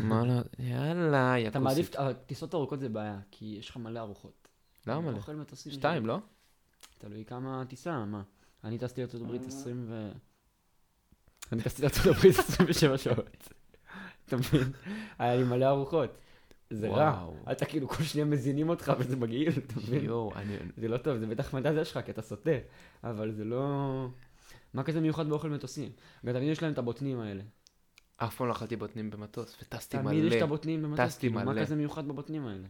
A: מה לא... יאללה,
B: אתה
A: יקוסית.
B: מעדיף, אבל טיסות ארוכות זה בעיה, כי יש לך מלא ארוחות.
A: למה? לא?
B: אוכל מטוסים.
A: שתיים, לא?
B: תלוי כמה טיסה, מה? אני טסתי לארצות
A: אה.
B: הברית 20 ו... אני טסתי לארצות הברית 27 שעות. אתה מבין? היה לי מלא ארוחות. זה רע.
A: וואו.
B: אתה כאילו כל שניה מזינים אותך וזה מגעיל, אתה מבין?
A: יואו, אני...
B: זה לא טוב, זה בטח פנטזיה שלך, כי אתה סוטה. אבל זה לא... מה כזה מיוחד באוכל מטוסים? ותמיד יש להם את הבוטנים האלה.
A: אף פעם לא אכלתי בוטנים במטוס, וטסתי מלא.
B: תמיד יש את הבוטנים במטוס.
A: טסתי
B: כאילו, מה
A: מלא.
B: כזה מיוחד בבוטנים האלה?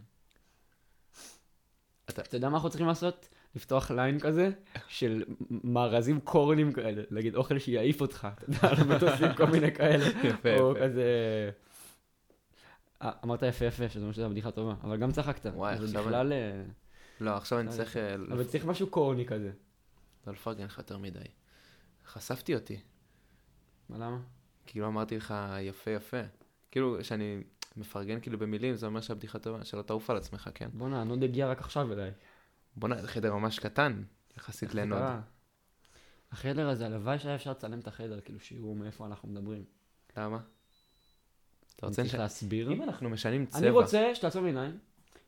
A: מצטער.
B: אתה יודע מה אנחנו צריכים לעשות? לפתוח ליין כזה של מארזים קורנים כאלה, להגיד אוכל שיעיף אותך, אתה יודע, על המטוסים כל מיני כאלה.
A: יפה,
B: או
A: יפה.
B: כזה... אה, אמרת יפה יפה, שזה ממש הייתה בדיחה טובה, אבל גם צחקת.
A: וואי,
B: זה
A: עכשיו
B: בכלל... אה,
A: לא, עכשיו אני צריך אה,
B: אבל צריך משהו קורני כזה.
A: לא לפרגן לך יותר מדי. חשפתי אותי.
B: מה, למה?
A: כאילו אמרתי לך יפה יפה. כאילו, שאני מפרגן כאילו במילים, זה אומר שהבדיחה טובה, שלא תעוף על עצמך, כן?
B: בואנה, הנוד הגיע רק עכשיו אליי.
A: בוא'נה, זה חדר ממש קטן, יחסית
B: איך זה
A: לנוד.
B: קרה? החדר הזה, הלוואי שהיה אפשר לצלם את החדר, כאילו שיראו מאיפה אנחנו מדברים.
A: למה? אתה
B: אני
A: רוצה
B: צריך
A: נשאר?
B: להסביר?
A: אם אנחנו משנים צבע...
B: אני רוצה שתעצום עיניים,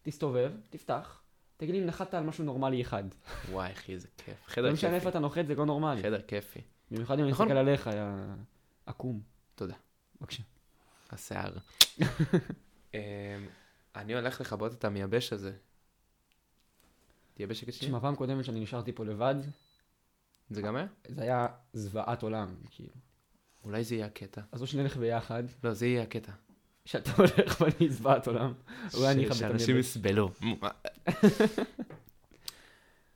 B: תסתובב, תפתח, תגיד לי אם נחת על משהו נורמלי אחד.
A: וואי, אחי, איזה כיף.
B: לא
A: חדר
B: משנה איפה
A: כיפי.
B: אתה נוחת, זה לא נורמלי.
A: חדר כיפי.
B: במיוחד אם אני
A: נכון.
B: מסתכל עליך, יא עקום.
A: תודה. כן.
B: בבקשה.
A: השיער. אמ, אני הולך לכבות את המייבש הזה. תהיה בשקט שנייה.
B: תשמע, פעם קודמת שאני נשארתי פה לבד,
A: זה גם היה?
B: זה היה זוועת עולם, כאילו.
A: אולי זה יהיה הקטע.
B: אז או שנלך ביחד,
A: לא, זה יהיה הקטע.
B: שאתה הולך ואני זוועת עולם. אולי אני
A: ש-
B: אכבד את
A: שאנשים
B: המייבש.
A: יסבלו.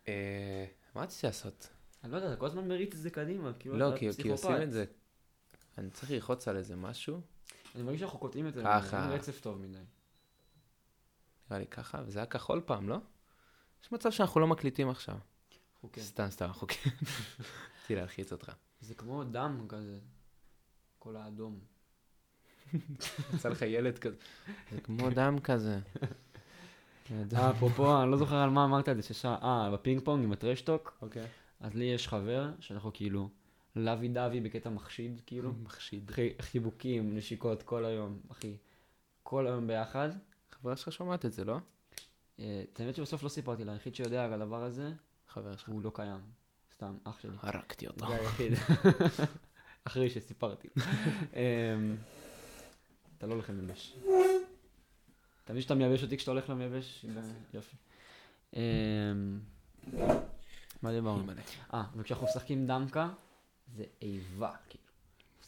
A: אה, מה רציתי לעשות?
B: אני לא יודע, אתה כל הזמן מריץ את זה קדימה, כאילו
A: לא,
B: אתה
A: כי כי
B: פסיכופת.
A: עושים את זה. אני צריך ללחוץ על איזה משהו,
B: אני מרגיש שאנחנו קוטעים את זה,
A: ככה.
B: אין רצף טוב מדי.
A: נראה לי ככה, וזה היה כחול פעם, לא? יש מצב שאנחנו לא מקליטים עכשיו.
B: אנחנו כן.
A: סתם, סתם, אנחנו כן. רציתי להלחיץ אותך.
B: זה כמו דם כזה, כל האדום.
A: יצא לך ילד כזה. זה כמו דם כזה.
B: אה, אפרופו, אני לא זוכר על מה אמרת את זה, ששעה, אה, בפינג פונג עם הטרשטוק,
A: אוקיי.
B: אז לי יש חבר שאנחנו כאילו לוי דווי בקטע מחשיד, כאילו.
A: מחשיד.
B: אחי, חיבוקים, נשיקות, כל היום, אחי. כל היום ביחד.
A: חברה שלך שומעת את זה, לא?
B: אה, את האמת שבסוף לא סיפרתי לה, היחיד שיודע על הדבר הזה,
A: חברה שלך.
B: הוא לא קיים. סתם, אח שלי.
A: הרגתי אותו.
B: זה היחיד. אחרי שסיפרתי. אמ, אתה לא הולך למייבש. אתה מבין שאתה מייבש אותי כשאתה הולך למייבש? יופי. אמ, מה דיברנו?
A: אימא'לה.
B: אה, וכשאנחנו משחקים דמקה, זה איבה, כאילו.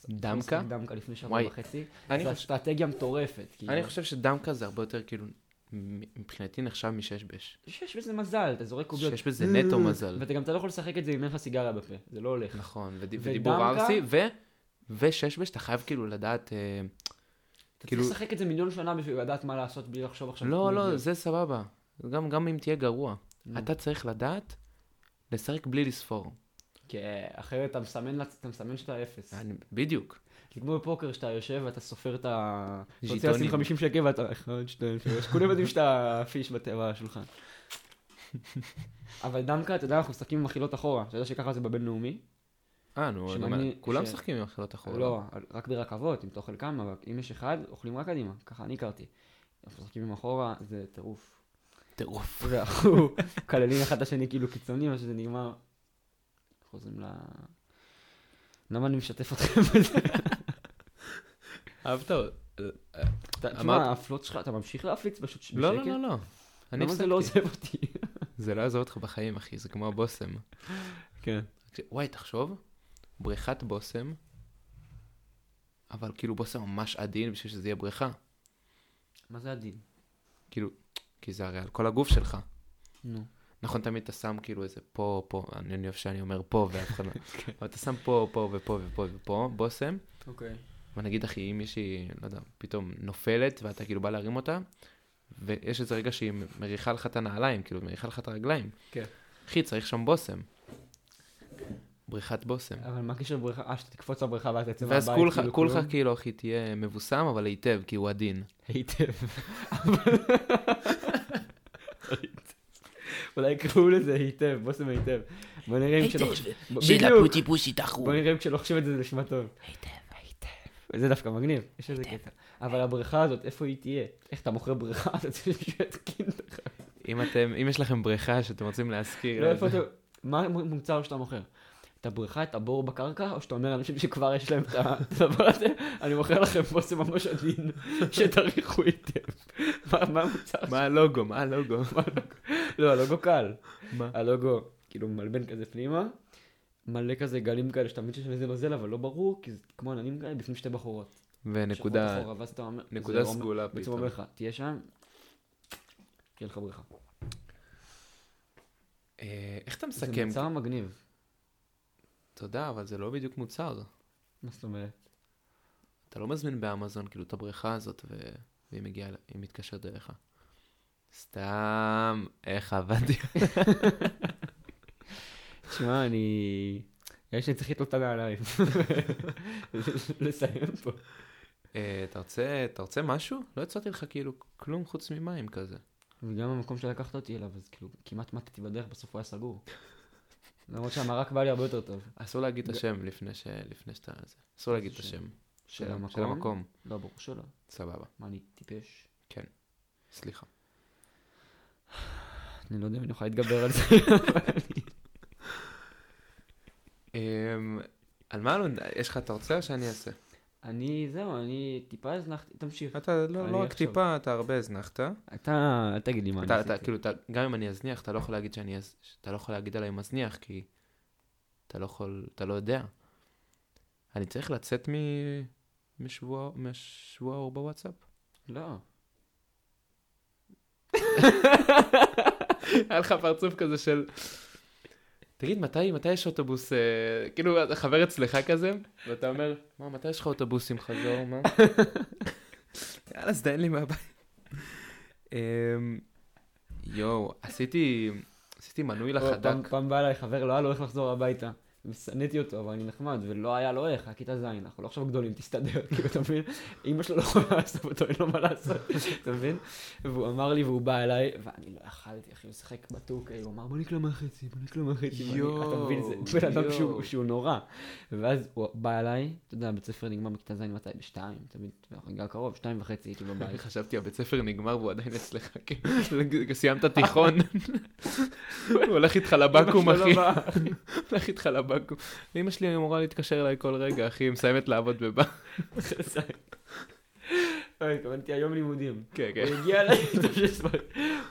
A: דמקה?
B: משחק דמקה לפני שבוע
A: וואי.
B: וחצי.
A: אני
B: זו
A: חושב-
B: אסטרטגיה מטורפת, כאילו.
A: אני חושב שדמקה זה הרבה יותר כאילו, מ- מבחינתי נחשב מששבש.
B: שיש בזה מזל, אתה זורק קוביות.
A: שיש בזה נטו מזל.
B: ואתה גם אתה לא יכול לשחק את זה אם אין לך סיגריה בפה, זה לא הולך.
A: נכון, וד-
B: ודמקה-
A: ודיבור ארסי, ו- וששבש אתה חייב כאילו לדעת, אה,
B: אתה
A: כאילו-
B: צריך לשחק את זה מיליון שנה בשביל לדעת מה לעשות בלי לחשוב עכשיו.
A: לא,
B: כמו
A: לא,
B: אידיוט.
A: זה סבבה. גם- גם אם תהיה גרוע.
B: נו.
A: אתה צריך לדעת לשחק בלי לספור.
B: כי כן, אחרת אתה מסמן, לצ- אתה מסמן שאתה אפס.
A: אני- בדיוק.
B: זה כמו בפוקר שאתה יושב ואתה סופר את ה... אתה רוצה
A: ז'יטונים.
B: לשים 50 שקל ואתה... 1, 2, 3, כולם יודעים שאתה פיש בטבע השולחן. אבל דמקה, אתה יודע, אנחנו משחקים עם החילות אחורה. אתה יודע שככה זה בבינלאומי?
A: אה, נו, אני
B: שמעני-
A: אומר, כולם
B: ש-
A: משחקים עם החלות אחורה.
B: לא, רק ברכבות, אם אתה אוכל כמה, אבל אם יש אחד, אוכלים רק קדימה. ככה אני הכרתי. אנחנו משחקים עם אחורה, זה טירוף.
A: טירוף.
B: ואנחנו מקללים אחד את השני כאילו קיצוני, מה שזה נגמר. חוזרים ל... למה אני משתף אתכם בזה?
A: אהבת?
B: אתה- תשמע,
A: אמרת-
B: הפלוט שלך, אתה ממשיך להפיץ פשוט ש- בשקט?
A: לא, לא, לא, לא. אני
B: למה זה
A: הפסקתי.
B: לא עוזב אותי?
A: זה לא יעזוב אותך בחיים, אחי, זה כמו הבושם.
B: כן.
A: וואי, תחשוב, בריכת בושם, אבל כאילו בושם ממש עדין בשביל שזה יהיה בריכה.
B: מה זה הדין?
A: כאילו, כי זה הרי על כל הגוף שלך.
B: נו.
A: נכון, תמיד אתה שם כאילו איזה פה, פה, אני אני אוהב שאני אומר פה ואף אחד לא...
B: כן.
A: אבל אתה שם פה, פה ופה ופה ופה, בושם.
B: אוקיי.
A: ונגיד, אחי, אם מישהי, לא יודע, פתאום נופלת ואתה כאילו בא להרים אותה, ויש איזה רגע שהיא מריחה לך את הנעליים, כאילו, מריחה לך את הרגליים.
B: כן.
A: אחי, צריך שם בושם. בריכת בושם.
B: אבל מה הקשר בריכה? אה, שאתה תקפוץ לבריכה ואז תצא מהבית.
A: ואז כולך,
B: כאילו
A: כולך
B: כלום?
A: כאילו, אחי, תהיה מבוסם, אבל היטב, כי הוא עדין.
B: היטב. אולי יקראו לזה היטב, בושם היטב. בוא נראה אם כשלא חושב... בדיוק.
A: פושי תחו.
B: בוא נראה אם כשלא חושב את זה זה נשמע טוב.
A: היטב, היטב.
B: זה דווקא מגניב, יש איזה קטע. אבל הבריכה הזאת, איפה היא תהיה? איך אתה מוכר בריכה? אתה צריך כאילו- להתקין לך.
A: אם אתם, אם יש לכם בריכה שאתם רוצים להזכיר,
B: לא,
A: אז-
B: איפה אתה... מה המוצר שאתה מוכר? את הבריכה, את הבור בקרקע, או שאתה אומר לאנשים שכבר יש להם את הדבר הזה, אני מוכר לכם בושם ממש עדין, שתריחו היטב. מה- מה המוצר?
A: מה הלוגו, מה הלוגו?
B: לא, הלוגו קל.
A: מה?
B: הלוגו, כאילו מלבן כזה פנימה, מלא כזה גלים כאלה שאתה מבין שיש לזה נוזל, אבל לא ברור, כי זה כמו עננים כאלה, בפנים שתי בחורות.
A: ונקודה,
B: שוכבות אחורה, ואז אתה אומר-
A: נקודה
B: זה אומר-
A: סגולה
B: בעצם
A: פתאום.
B: אומר לך, תהיה שם, תהיה לך בריכה.
A: אה, איך אתה
B: זה
A: מסכם?
B: מוצר מגניב.
A: תודה, אבל זה לא בדיוק מוצר.
B: מה זאת אומרת?
A: אתה לא מזמין באמזון כאילו את הבריכה הזאת ו... והיא מגיעה, ל- היא מתקשרת אליך. סתם, איך עבדתי?
B: תשמע, אני... נראה שאני צריך לתלות את הנעליים. לסיים פה.
A: אה, אתה רוצה, אתה רוצה משהו? לא הצעתי לך כאילו כלום חוץ ממים כזה.
B: וגם המקום שלקחת אותי אליו, אז כאילו, כמעט מתתי בדרך, בסוף הוא היה סגור. למרות שהמרק בא לי הרבה יותר טוב.
A: אסור להגיד את
B: ג-
A: השם לפני, ש... לפני שאתה... זה. אסור להגיד את
B: של-
A: השם.
B: של
A: של
B: המקום?
A: של המקום.
B: לא, ברור שלא.
A: סבבה,
B: מה, אני טיפש?
A: כן. סליחה.
B: אני לא יודע אם אני יכול להתגבר על זה.
A: אמ, על מה אלון? יש לך, אתה רוצה או שאני אעשה?
B: אני, זהו, אני טיפה הזנחתי, תמשיך.
A: אתה
B: אני
A: לא לא רק
B: עכשיו.
A: טיפה, אתה הרבה הזנחת.
B: אתה, אל תגיד לי מה אני
A: אתה, אתה,
B: עשיתי.
A: כאילו, אתה, גם אם אני אזניח, אתה לא יכול להגיד שאני, אז- אתה לא יכול להגיד עליי מזניח, כי אתה לא יכול, אתה לא יודע. אני צריך לצאת מ... משבוע, משבוע אור בוואטסאפ?
B: לא.
A: היה לך פרצוף כזה של... תגיד, מתי, מתי יש אוטובוס, אה, כאילו, אתה חבר אצלך כזה, ואתה אומר, מה, מתי יש לך אוטובוסים חזור, מה? יאללה, אז דיין לי מהבית. אמ, יואו, עשיתי, עשיתי מנוי לחדק.
B: פעם- פעם בא אליי חבר, לא היה לו איך לחזור הביתה. שנאתי אותו, אבל אני נחמד, ולא היה לו איך, היה כיתה ז', אנחנו לא עכשיו גדולים, תסתדר, כאילו, אתה מבין? אמא שלו לא יכולה לעשות אותו, אין לו מה לעשות, אתה מבין? והוא אמר לי, והוא בא אליי, ואני לא יכלתי, אחי, הוא שיחק בטוקי, הוא אמר, בוא נקלע מהחצי, בוא נקלע מהחצי, ואני- אתה מבין, זה
A: יואו,
B: בן אדם
A: יואו.
B: שהוא- שהוא נורא. ואז הוא בא אליי, אתה יודע, בית ספר נגמר בכיתה ז' מתי? בשתיים, אתה מבין? אנחנו נגע קרוב, שתיים וחצי הייתי
A: אני
B: בבית.
A: חשבתי הבית ספר נגמר והוא עדיין אצלך, כאילו, סיימת תיכון. הוא הולך איתך לבקו"ם,
B: אמא שלו
A: אחי.
B: באה.
A: הולך איתך לבקו"ם. אמא שלי אמורה להתקשר אליי כל רגע, אחי, היא מסיימת לעבוד בבנק.
B: אוי, התכוונתי היום לימודים.
A: כן, כן.
B: הוא הגיע אליי, התאושש ב-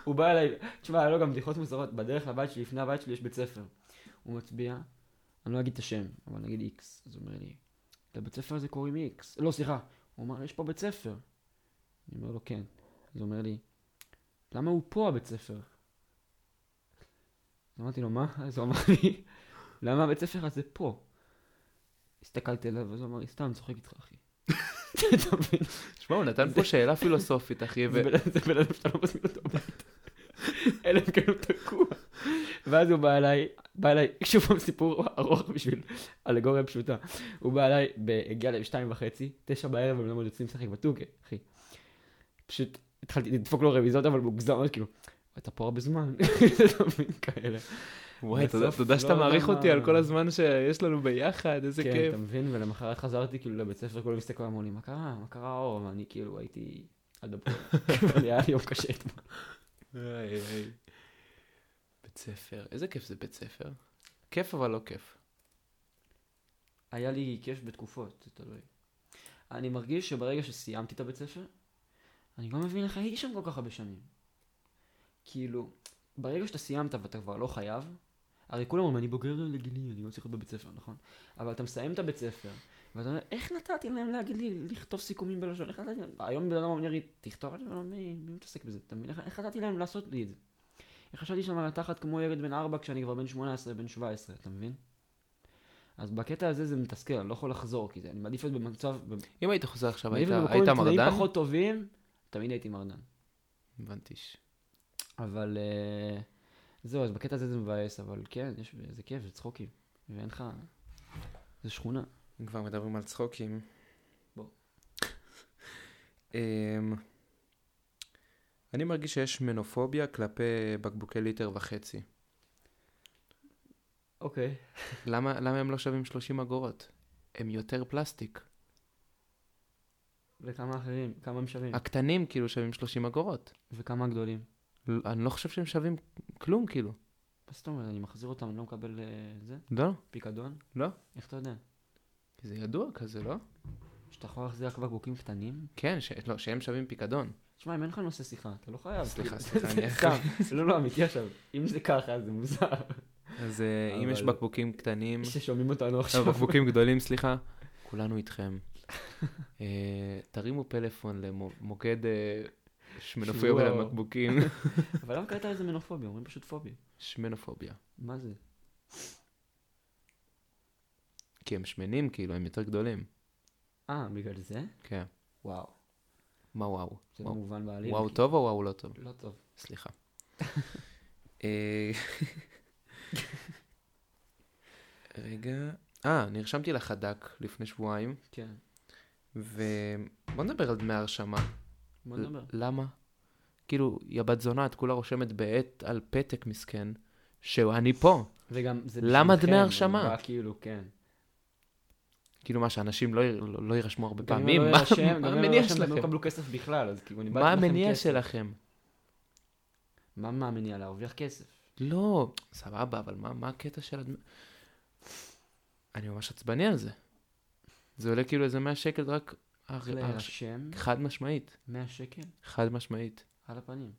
B: הוא בא אליי, תשמע, היה לו גם בדיחות מוזרות, בדרך לבית שלי, לפני הבית שלי יש בית ספר. הוא מצביע, אני לא אגיד את השם, אבל נגיד איקס, אז הוא אומר לי, לבית ספר הזה קוראים איקס. לא, סליחה. הוא אמר, יש פה בית ספר. אני אומר לו, כן. אז הוא אומר לי, למה הוא פה הבית ספר? אז אמרתי לו, מה? אז הוא אמר לי, למה הבית ספר הזה פה? הסתכלתי עליו, אז הוא אמר לי, סתם, צוחק איתך, אחי. אתה מבין?
A: שמע, הוא נתן פה שאלה פילוסופית, אחי,
B: זה
A: ו...
B: בן אדם- זה בן אדם שאתה לא מזמין אותו הביתה. אלא אם כן הוא תקוע. ואז הוא בא אליי, בא אליי, שוב פעם סיפור ארוך בשביל אלגוריה פשוטה. הוא בא אליי, ב- הגיע אליי בשתיים וחצי, תשע בערב, הם לא יוצאים לשחק בטוקה, אחי. פשוט התחלתי לדפוק לו רוויזות, אבל מוגזם, אז כאילו, אתה פה הרבה זמן, אתה מבין כאלה.
A: וואי, אתה יודע-
B: בסוף
A: אתה יודע
B: לא
A: שאתה
B: יודע
A: מעריך
B: מה-
A: אותי על כל הזמן שיש לנו ביחד, איזה
B: כן,
A: כיף.
B: אתה מבין? ולמחרת חזרתי כאילו לבית ספר, כולם הסתכלו ואמרו לי, מה קרה? מה קרה אור? ואני כאילו הייתי עד הפועל. אבל היה לי יום קשה אתמול.
A: איי, איי. בית ספר, איזה כיף זה בית ספר. כיף אבל לא כיף.
B: היה לי כיף בתקופות, זה תלוי. אני מרגיש שברגע שסיימתי את הבית ספר, אני לא מבין איך הייתי שם כל כך הרבה שנים. כאילו, ברגע שאתה סיימת ואתה כבר לא חייב, הרי כולם אומרים, אני בוגר לגילי, אני לא צריך להיות בבית ספר, נכון? אבל אתה מסיים את הבית ספר, ואתה אומר, איך נתתי להם להגיד לי לכתוב סיכומים בלשון? איך נתתי להם? היום בן אדם אומר לי, תכתוב את זה, אבל מי מי מתעסק בזה? אתה מבין? איך- איך נתתי להם לעשות לי את זה? איך חשבתי שם על התחת כמו ילד בן 4 כשאני כבר בן 18, בן 17, אתה מבין? אז בקטע הזה זה מתסכל, אני לא יכול לחזור, כי זה, אני מעדיף להיות במצב,
A: אם היית חוזר עכשיו,
B: מעדיף
A: היית
B: להיות
A: היית
B: במקום עם תנאים
A: מרדן?
B: פחות טובים, תמיד הייתי מרדן.
A: הבנתי. ש-
B: אבל אה, זהו, אז בקטע הזה זה מבאס, אבל כן, יש, זה כיף, זה צחוקים, ואין לך, זה שכונה.
A: אם כבר מדברים על צחוקים.
B: בוא.
A: אמ, אני מרגיש שיש מנופוביה כלפי בקבוקי ליטר וחצי.
B: אוקיי.
A: למה, למה הם לא שווים 30 אגורות? הם יותר פלסטיק.
B: וכמה אחרים, כמה הם שווים,
A: הקטנים כאילו שווים 30 אגורות.
B: וכמה הגדולים.
A: ל- אני לא חושב שהם שווים כלום כאילו.
B: מה זאת אומרת, אני מחזיר אותם, אני לא מקבל אה, זה?
A: לא?
B: פיקדון?
A: לא.
B: איך אתה יודע?
A: כי זה ידוע כזה, לא?
B: שאתה יכול להחזיר רק בקבוקים קטנים?
A: כן, ש... לא, שהם שווים פיקדון.
B: תשמע, אם אין לך נושא שיחה, אתה לא חייב.
A: סליחה,
B: כאילו,
A: סליחה,
B: זה
A: אני-
B: סתם. לא, לא, אמיתי עכשיו. אם זה ככה, זה מוזר.
A: אז אה, אם יש
B: אבל-
A: בקבוקים קטנים,
B: ששומעים אותנו
A: אה,
B: עכשיו.
A: בקבוקים גדולים, סליחה, כולנו איתכם. אה, תרימו פלאפון למוקד שמנופיות על
B: שבוע.
A: המקבוקים.
B: אבל למה קראת לזה מנופוביה? אומרים פשוט פובי.
A: שמנופוביה.
B: מה זה?
A: כי הם שמנים, כאילו, הם יותר גדולים.
B: אה, בגלל זה?
A: כן.
B: וואו.
A: מה וואו?
B: זה
A: וואו-
B: לא מובן בעליל.
A: וואו
B: כי-
A: טוב או וואו לא טוב?
B: לא טוב.
A: סליחה. אה, רגע. אה, נרשמתי לחדק לפני שבועיים,
B: כן.
A: ובוא נדבר על דמי הרשמה.
B: בוא נדבר.
A: למה? כאילו, יא בת זונה, את כולה רושמת בעט על פתק מסכן, שאני פה.
B: וגם זה
A: למה
B: בשבילכם,
A: דמי
B: אני
A: הרשמה?
B: בא כאילו, כן.
A: כאילו מה, שאנשים לא, יר- לא, לא יירשמו הרבה
B: גם אם
A: פעמים?
B: לא
A: מה-
B: יירשם, גם
A: מה
B: אם לא
A: המניע
B: יירשם, גם לא
A: שלכם?
B: יקבלו כסף בכלל, אז כאילו, אני
A: מה
B: באתי לכם
A: המניע
B: כסף.
A: שלכם?
B: מה מה המניע? להרוויח כסף.
A: לא, סבבה, אבל מה, מה הקטע של הדמי... אני ממש עצבני על זה. זה עולה כאילו איזה 100 שקל רק... הר-
B: צריך
A: הר-
B: להירשם
A: חד משמעית,
B: 100 שקל
A: חד משמעית.
B: על הפנים,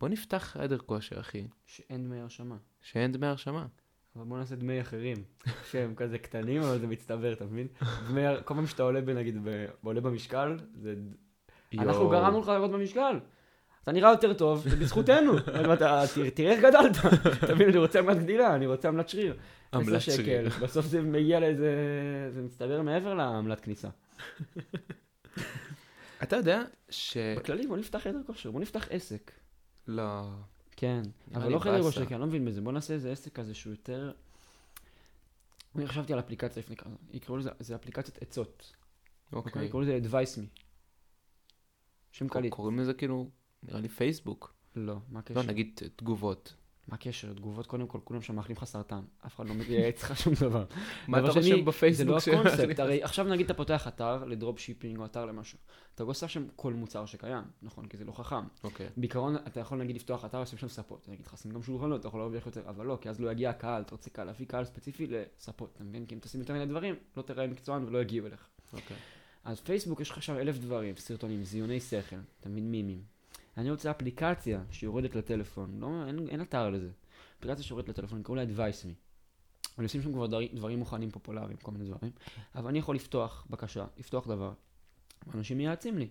A: בוא נפתח חדר כושר, אחי,
B: שאין דמי הרשמה.
A: שאין דמי הרשמה.
B: אבל בוא נעשה דמי אחרים, שהם כזה קטנים, אבל זה מצטבר, אתה מבין? דמי, הר- כל פעם שאתה עולה, ב- נגיד, ב- עולה במשקל, זה... ד- אנחנו
A: יואו.
B: גרמנו לך לעלות במשקל. אתה נראה יותר טוב, זה בזכותנו. אבל אתה- ת- תראה איך גדלת. אתה מבין, אני רוצה עמלת גדילה, אני רוצה עמלת שריר.
A: עמלת
B: 10 שקל.
A: שריר.
B: בסוף זה מגיע לאיזה... זה מצטבר מעבר לעמלת כניסה.
A: אתה יודע ש...
B: בכללי, בוא נפתח חדר כושר, בוא נפתח עסק.
A: לא.
B: כן,
A: נראה
B: אבל
A: לי
B: לא חדר
A: באסה.
B: כושר, כי אני לא מבין בזה. בוא נעשה איזה עסק כזה שהוא יותר... אני חשבתי על אפליקציה לפני כמה... יקראו לזה, זה אפליקציית עצות. אוקיי.
A: אוקיי.
B: יקראו לזה Advice Me. שם קליט.
A: קוראים לזה כאילו, נראה לי פייסבוק.
B: לא, מה הקשר?
A: לא, נגיד אה, תגובות.
B: מה הקשר? תגובות קודם כל, כולם שם מאחלים לך סרטן. אף אחד לא מגייס לך שום דבר.
A: מה אתה
B: דבר שני,
A: רושם בפייסבוק
B: זה לא הקונספט,
A: שלך?
B: הרי עכשיו נגיד אתה פותח אתר לדרופ שיפינג או אתר למשהו. אתה עושה שם כל מוצר שקיים, נכון? כי זה לא חכם.
A: אוקיי.
B: בעיקרון אתה יכול נגיד לפתוח אתר ולשים שם ספות, נגיד לך שים גם שולחנות, אתה יכול להרוויח יותר, אבל לא, כי אז לא יגיע הקהל, אתה רוצה קהל, להביא קהל ספציפי לספות, אתה מבין? כי אם תשים יותר מיני דברים, לא תראה מקצוען ולא יגיעו אליך.
A: אוקיי.
B: אז פייסבוק יש לך שם אלף דברים, סרטונים, זיוני שכל, אתה מבין מימים. אני רוצה אפליקציה שיורדת לטלפון, לא, אין, אין אתר לזה. אפליקציה שיורדת לטלפון, קוראים לה Advice Me. אני עושים שם כבר דברים, דברים מוכנים פופולריים, כל מיני דברים, אבל אני יכול לפתוח בקשה, לפתוח דבר. אנשים מייעצים לי,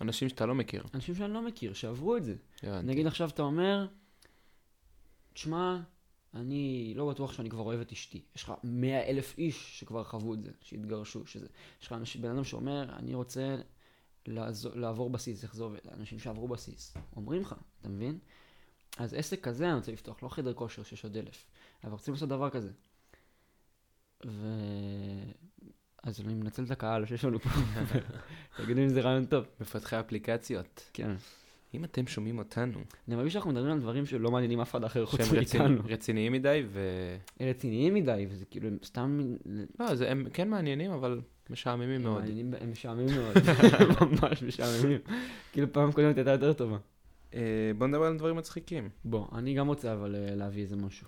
A: אנשים שאתה לא מכיר.
B: אנשים שאני לא מכיר, שעברו את זה.
A: הבנתי.
B: נגיד עכשיו אתה אומר, תשמע, אני לא בטוח שאני כבר אוהב את אשתי. יש לך מאה אלף איש שכבר חוו את זה, שהתגרשו, שזה. יש לך אנשים, בן אדם שאומר, אני רוצה לעזור, לעבור בסיס, איך זה עובד? אנשים שעברו בסיס, אומרים לך, אתה מבין? אז עסק כזה אני רוצה לפתוח, לא חדר כושר שיש עוד אלף, אבל רוצים לעשות דבר כזה. ו... אז אני מנצל את הקהל שיש לנו פה, תגידו אם זה רעיון טוב.
A: מפתחי אפליקציות.
B: כן.
A: אם אתם שומעים אותנו,
B: אני מרגיש שאנחנו מדברים על דברים שלא מעניינים אף אחד אחר חוץ
A: שהם
B: מאיתנו.
A: רצינ- רציניים מדי, ו...
B: רציניים מדי, וזה כאילו הם סתם...
A: לא, זה- הם כן מעניינים, אבל משעממים
B: הם
A: מאוד.
B: מעניינים, הם משעממים מאוד, ממש משעממים. כאילו פעם קודמת הייתה יותר טובה.
A: אה, בוא נדבר על דברים מצחיקים.
B: בוא, אני גם רוצה אבל אה, להביא איזה משהו.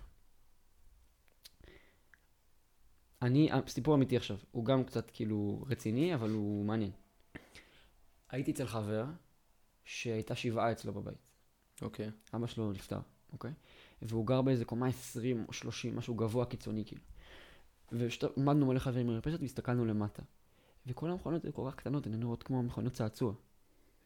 B: אני, אה, סיפור אמיתי עכשיו, הוא גם קצת כאילו רציני, אבל הוא מעניין. הייתי אצל חבר שהייתה שבעה אצלו בבית.
A: אוקיי.
B: אבא שלו נפטר, אוקיי? והוא גר באיזה קומה 20 או 30, משהו גבוה קיצוני כאילו. ועמדנו מלא חברים במרפסת והסתכלנו למטה. וכל המכונות היו כל כך קטנות, הן היו נראות כמו מכונות צעצוע.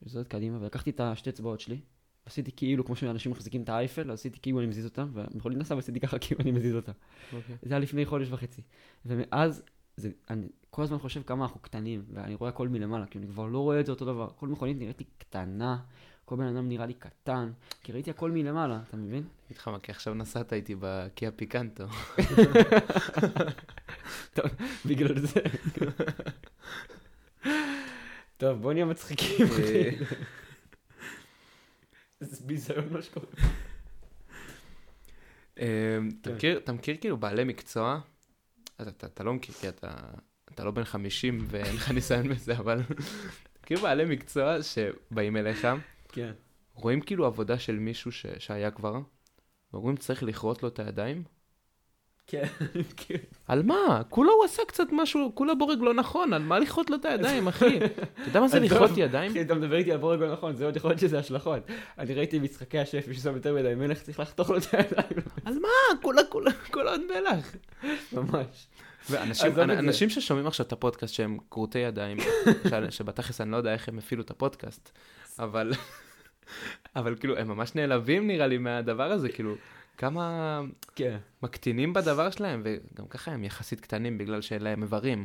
B: וזאת קדימה, ולקחתי את השתי אצבעות שלי, עשיתי כאילו, כמו שאנשים מחזיקים את האייפל, אז עשיתי כאילו אני מזיז אותם, והמכונית נסעה ועשיתי ככה כאילו אני מזיז אותם.
A: אוקיי.
B: זה היה לפני חודש וחצי. ומאז, זה, אני כל הזמן חושב כמה אנחנו קטנים, ואני רואה הכל מלמעלה, כי אני כבר לא רואה את זה אותו דבר. כל מכונית נראית לי קטנה, כל בן אדם נראה לי קטן, כי ראיתי הכל מלמעלה, אתה מבין?
A: אגיד לך מה, כי עכשיו נסעת איתי בקיה פיקנטו.
B: בגלל זה. טוב, בוא נהיה מצחיקים.
A: אה,
B: אחי. זה ביזיון מה שקורה.
A: אה, אתה
B: כן.
A: מכיר- אתה מכיר כאילו בעלי מקצוע? אז אתה אתה לא מכיר, כי אתה אתה לא בן 50 ואין לך ניסיון בזה, אבל... כאילו בעלי מקצוע שבאים אליך,
B: כן.
A: רואים כאילו עבודה של מישהו ש- שהיה כבר, ואומרים צריך לכרות לו את הידיים?
B: כן.
A: על מה? כולה הוא עשה קצת משהו, כולה בורג לא נכון, על מה לכרות לו את הידיים, אחי? אתה יודע מה זה
B: עזוב.
A: לכרות ידיים?
B: אחי, אתה מדבר איתי על בורגו נכון, זה עוד יכול להיות שזה השלכות. אני ראיתי משחקי השף, מישהו שם יותר מדי מלך, צריך לחתוך לו את הידיים,
A: על מה? כולה, כולה, כולה עוד מלח.
B: ממש.
A: ואנשים-
B: עזוב את זה.
A: אנשים ששומעים עכשיו את הפודקאסט שהם כרותי ידיים, ש- שבתכלס אני לא יודע איך הם הפעילו את הפודקאסט, אבל אבל כאילו הם ממש נעלבים נראה לי מהדבר הזה, כאילו כמה
B: כן.
A: מקטינים בדבר שלהם, וגם ככה הם יחסית קטנים בגלל שאין להם איברים.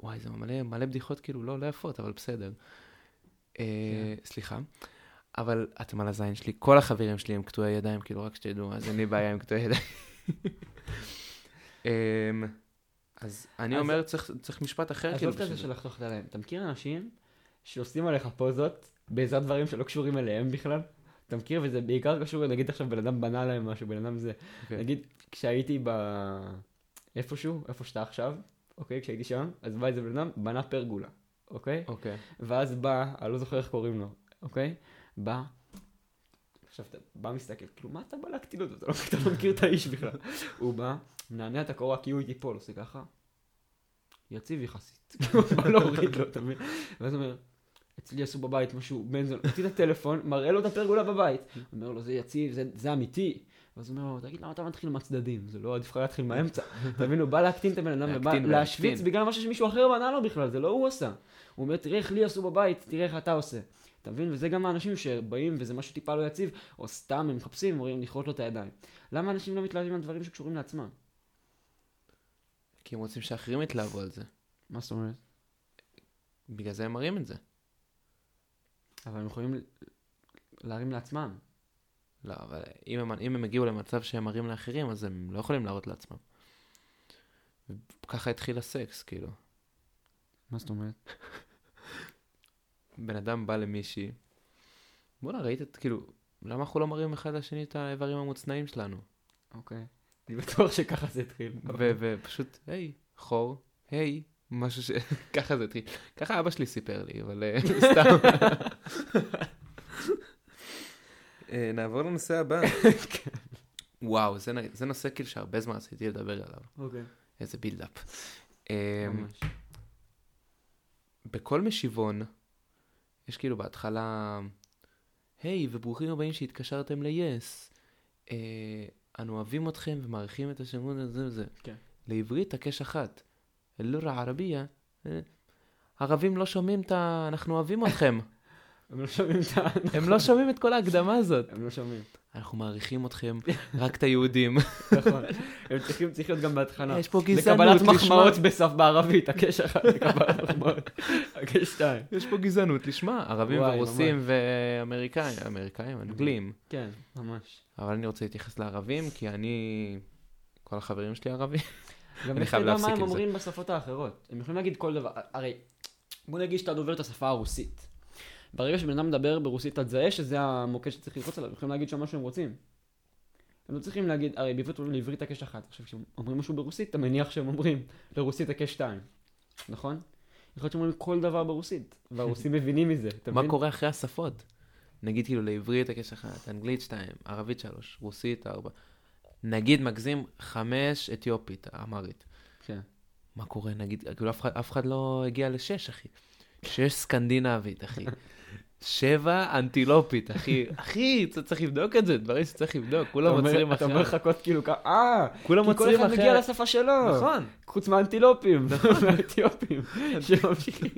A: וואי, זה מלא, מלא בדיחות כאילו לא, לא יפות, אבל בסדר. אה,
B: כן.
A: סליחה. אבל אתם על הזין שלי, כל החברים שלי הם קטועי ידיים, כאילו, רק שתדעו, אז אין לי בעיה עם קטועי ידיים. אמ, אז אני
B: אז-
A: אומר, צריך, צריך משפט אחר, כאילו,
B: עזוב את זה
A: בשביל
B: של לחתוך את הלב. אתה מכיר אנשים שעושים עליך פוזות בעזרת דברים שלא קשורים אליהם בכלל? אתה מכיר? וזה בעיקר קשור, נגיד עכשיו בן אדם בנה להם משהו, בן אדם זה...
A: אוקיי.
B: נגיד, כשהייתי ב... איפשהו, איפה שאתה עכשיו, אוקיי? כשהייתי שם, אז בא איזה בן אדם, בנה פרגולה, אוקיי?
A: אוקיי.
B: ואז בא, אני לא זוכר איך קוראים לו, אוקיי? בא, עכשיו אתה בא מסתכל, כאילו מה אתה בא להקטין אותו? אתה לא, אתה לא מכיר את האיש בכלל. הוא בא, מנענע את הקורה כי הוא ייפול, עושה ככה, יציב יחסית. הוא בא להוריד לו, אתה מבין? ואז הוא אומר, אצלי עשו בבית משהו, בן זונה, מוציא את הטלפון, מראה לו את הפרגולה בבית. אומר לו, זה יציב, זה, זה אמיתי. ואז הוא אומר לו, תגיד, למה אתה מתחיל מהצדדים? זה לא, עדיף לך להתחיל מהאמצע. אתה מבין, הוא בא להקטין את הבן אדם, ובא
A: להקטין
B: להשוויץ
A: ולהקטין.
B: בגלל משהו שמישהו אחר בנה לו בכלל, זה לא הוא עשה. הוא אומר, תראה איך לי עשו בבית, תראה איך אתה עושה. אתה מבין? וזה גם האנשים שבאים וזה משהו טיפה לא יציב, או סתם הם מחפשים, אומרים לכרות לו את הידיים. למה אנשים לא מתלהבים על דברים שקשורים לעצמם?
A: כי הם רוצים שאחרים יתלהבו על זה.
B: מה זאת אומרת?
A: בגלל זה הם מראים את זה.
B: אבל הם יכולים להרים לעצמם.
A: לא, אבל אם הם, אם הם הגיעו למצב שהם מראים לאחרים, אז הם לא יכולים להראות לעצמם. ככה התחיל הסקס, כאילו.
B: מה זאת אומרת?
A: בן אדם בא למישהי, בואנה, ראית את, כאילו, למה אנחנו לא מראים אחד לשני את האיברים המוצנעים שלנו?
B: אוקיי. אני בטוח שככה זה התחיל.
A: ו- ופשוט, היי, חור, היי, משהו ש... ככה זה התחיל. ככה אבא שלי סיפר לי, אבל אה, סתם. אה, נעבור לנושא הבא. כן. וואו, זה נ- זה נושא כאילו שהרבה זמן רציתי לדבר עליו.
B: אוקיי. אמ,
A: איזה בילדאפ. אה,
B: ממש.
A: בכל משיבון, יש כאילו בהתחלה, היי, וברוכים הבאים שהתקשרתם ל-yes. אה, אנו אוהבים אתכם ומעריכים את השמות הזה וזה.
B: כן.
A: לעברית הקש אחת. אל-לורה ערבייה. אה, ערבים לא שומעים את ה... אנחנו אוהבים אתכם.
B: הם לא שומעים את ה...
A: הם לא שומעים את כל ההקדמה הזאת.
B: הם לא שומעים.
A: אנחנו מעריכים אתכם, רק את היהודים.
B: נכון. הם צריכים צריך להיות גם בהתחלה.
A: יש פה גזענות.
B: לא, לקבלת
A: לשמה.
B: מחמאות בסף בערבית, הקש אחד, לקבלת מחמאות. הקש שתיים.
A: יש פה גזענות, לשמה. ערבים
B: וואי,
A: ורוסים ואמריקאים, אמריקאים, אנגלים.
B: כן, ממש.
A: אבל אני רוצה להתייחס לערבים, כי אני... כל החברים שלי ערבים.
B: גם
A: אני
B: איך
A: חייב
B: תדע
A: להפסיק
B: מה הם
A: עם זה.
B: אומרים בשפות האחרות? הם יכולים להגיד כל דבר. הרי, בוא נגיד שאתה דובר את השפה הרוסית. ברגע שבן אדם מדבר ברוסית, אתה תזהה שזה המוקד שצריך ללחוץ עליו, הם יכולים להגיד שם מה שהם רוצים. הם לא צריכים להגיד, הרי בעברית אומרים לעברית הקש אחת. עכשיו, כשאומרים משהו ברוסית, אתה מניח שהם אומרים לרוסית הקש שתיים, נכון? יכול להיות שהם אומרים כל דבר ברוסית, והרוסים מבינים מזה, אתה
A: מה
B: מבין?
A: קורה אחרי השפות? נגיד כאילו לעברית הקש אחת, אנגלית שתיים, ערבית שלוש, רוסית ארבע. נגיד מגזים חמש, אתיופית, אמרית.
B: כן.
A: מה קורה? נגיד, כאילו אף אחד, אף אחד לא הגיע לשש, אחי. שש סקנדינבית, אחי. שבע אנטילופית, אחי. אחי, צ- צריך לבדוק את זה, דברים שצריך לבדוק.
B: אתה
A: כולם
B: אומר-
A: עוצרים
B: אתה אומר
A: לא אחרת.
B: לחכות כאילו ככה, אה,
A: כולם
B: כי כל
A: עוצרים
B: אחד מגיע
A: אחרת.
B: לשפה שלו.
A: נכון.
B: חוץ מהאנטילופים, מהאתיופים, שממשיכים.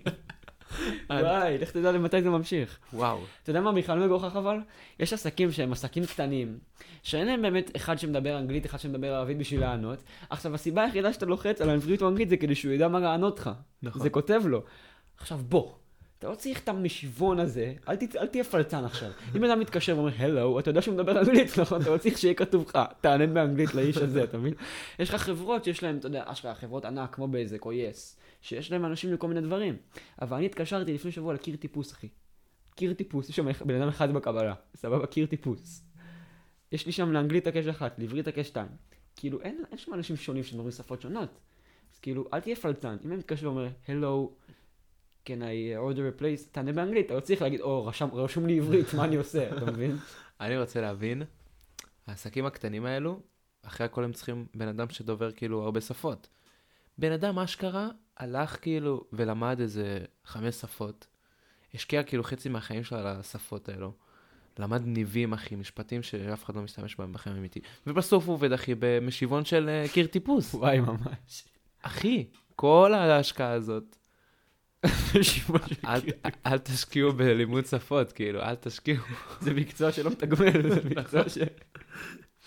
B: וואי, לך תדע למתי זה ממשיך.
A: וואו.
B: אתה יודע מה מיכל מגוחך אבל? יש עסקים שהם עסקים קטנים, שאין להם באמת אחד שמדבר אנגלית, אחד שמדבר ערבית בשביל לענות. עכשיו, הסיבה היחידה שאתה לוחץ על האנגלית או אנגלית זה כדי שהוא ידע מה לענות לך.
A: נכון.
B: זה כותב לו. עכשיו, בוא. אתה לא צריך את המשיבון הזה, אל, ת, אל תהיה פלצן עכשיו. אם אדם מתקשר ואומר, הלו, אתה יודע שהוא מדבר אנגלית, נכון? אתה לא צריך שיהיה כתוב לך, תענן באנגלית לאיש הזה, אתה מבין? יש לך חברות שיש להן, אתה יודע, אשכרה חברות ענק כמו בזק או יס, שיש להן אנשים לכל מיני דברים. אבל אני התקשרתי לפני שבוע לקיר טיפוס, אחי. קיר טיפוס, יש שם אח- בן אדם אחד בקבלה, סבבה, קיר טיפוס. יש לי שם לאנגלית הקש אחת, לעברית הקש שתיים. כאילו, אין, אין שם אנשים שונים שמדברים שפות שונות. אז כאילו, אל תהיה פלצן. אם אני מתקשר ואומר, hello, can I order a place, תענה באנגלית, אתה לא צריך להגיד, או, רשם, רשום לי עברית, מה אני עושה, אתה מבין?
A: אני רוצה להבין, העסקים הקטנים האלו, אחרי הכל הם צריכים בן אדם שדובר כאילו הרבה שפות. בן אדם אשכרה הלך כאילו ולמד איזה חמש שפות, השקיע כאילו חצי מהחיים שלו על השפות האלו, למד ניבים אחי, משפטים שאף אחד לא משתמש בהם בחיים אמיתי, ובסוף הוא עובד אחי במשיבון של אה, קיר טיפוס.
B: וואי, ממש.
A: אחי, כל ההשקעה הזאת, אל- אל תשקיעו בלימוד שפות, כאילו, אל תשקיעו.
B: זה מקצוע שלא מתגמל, זה מקצוע ש...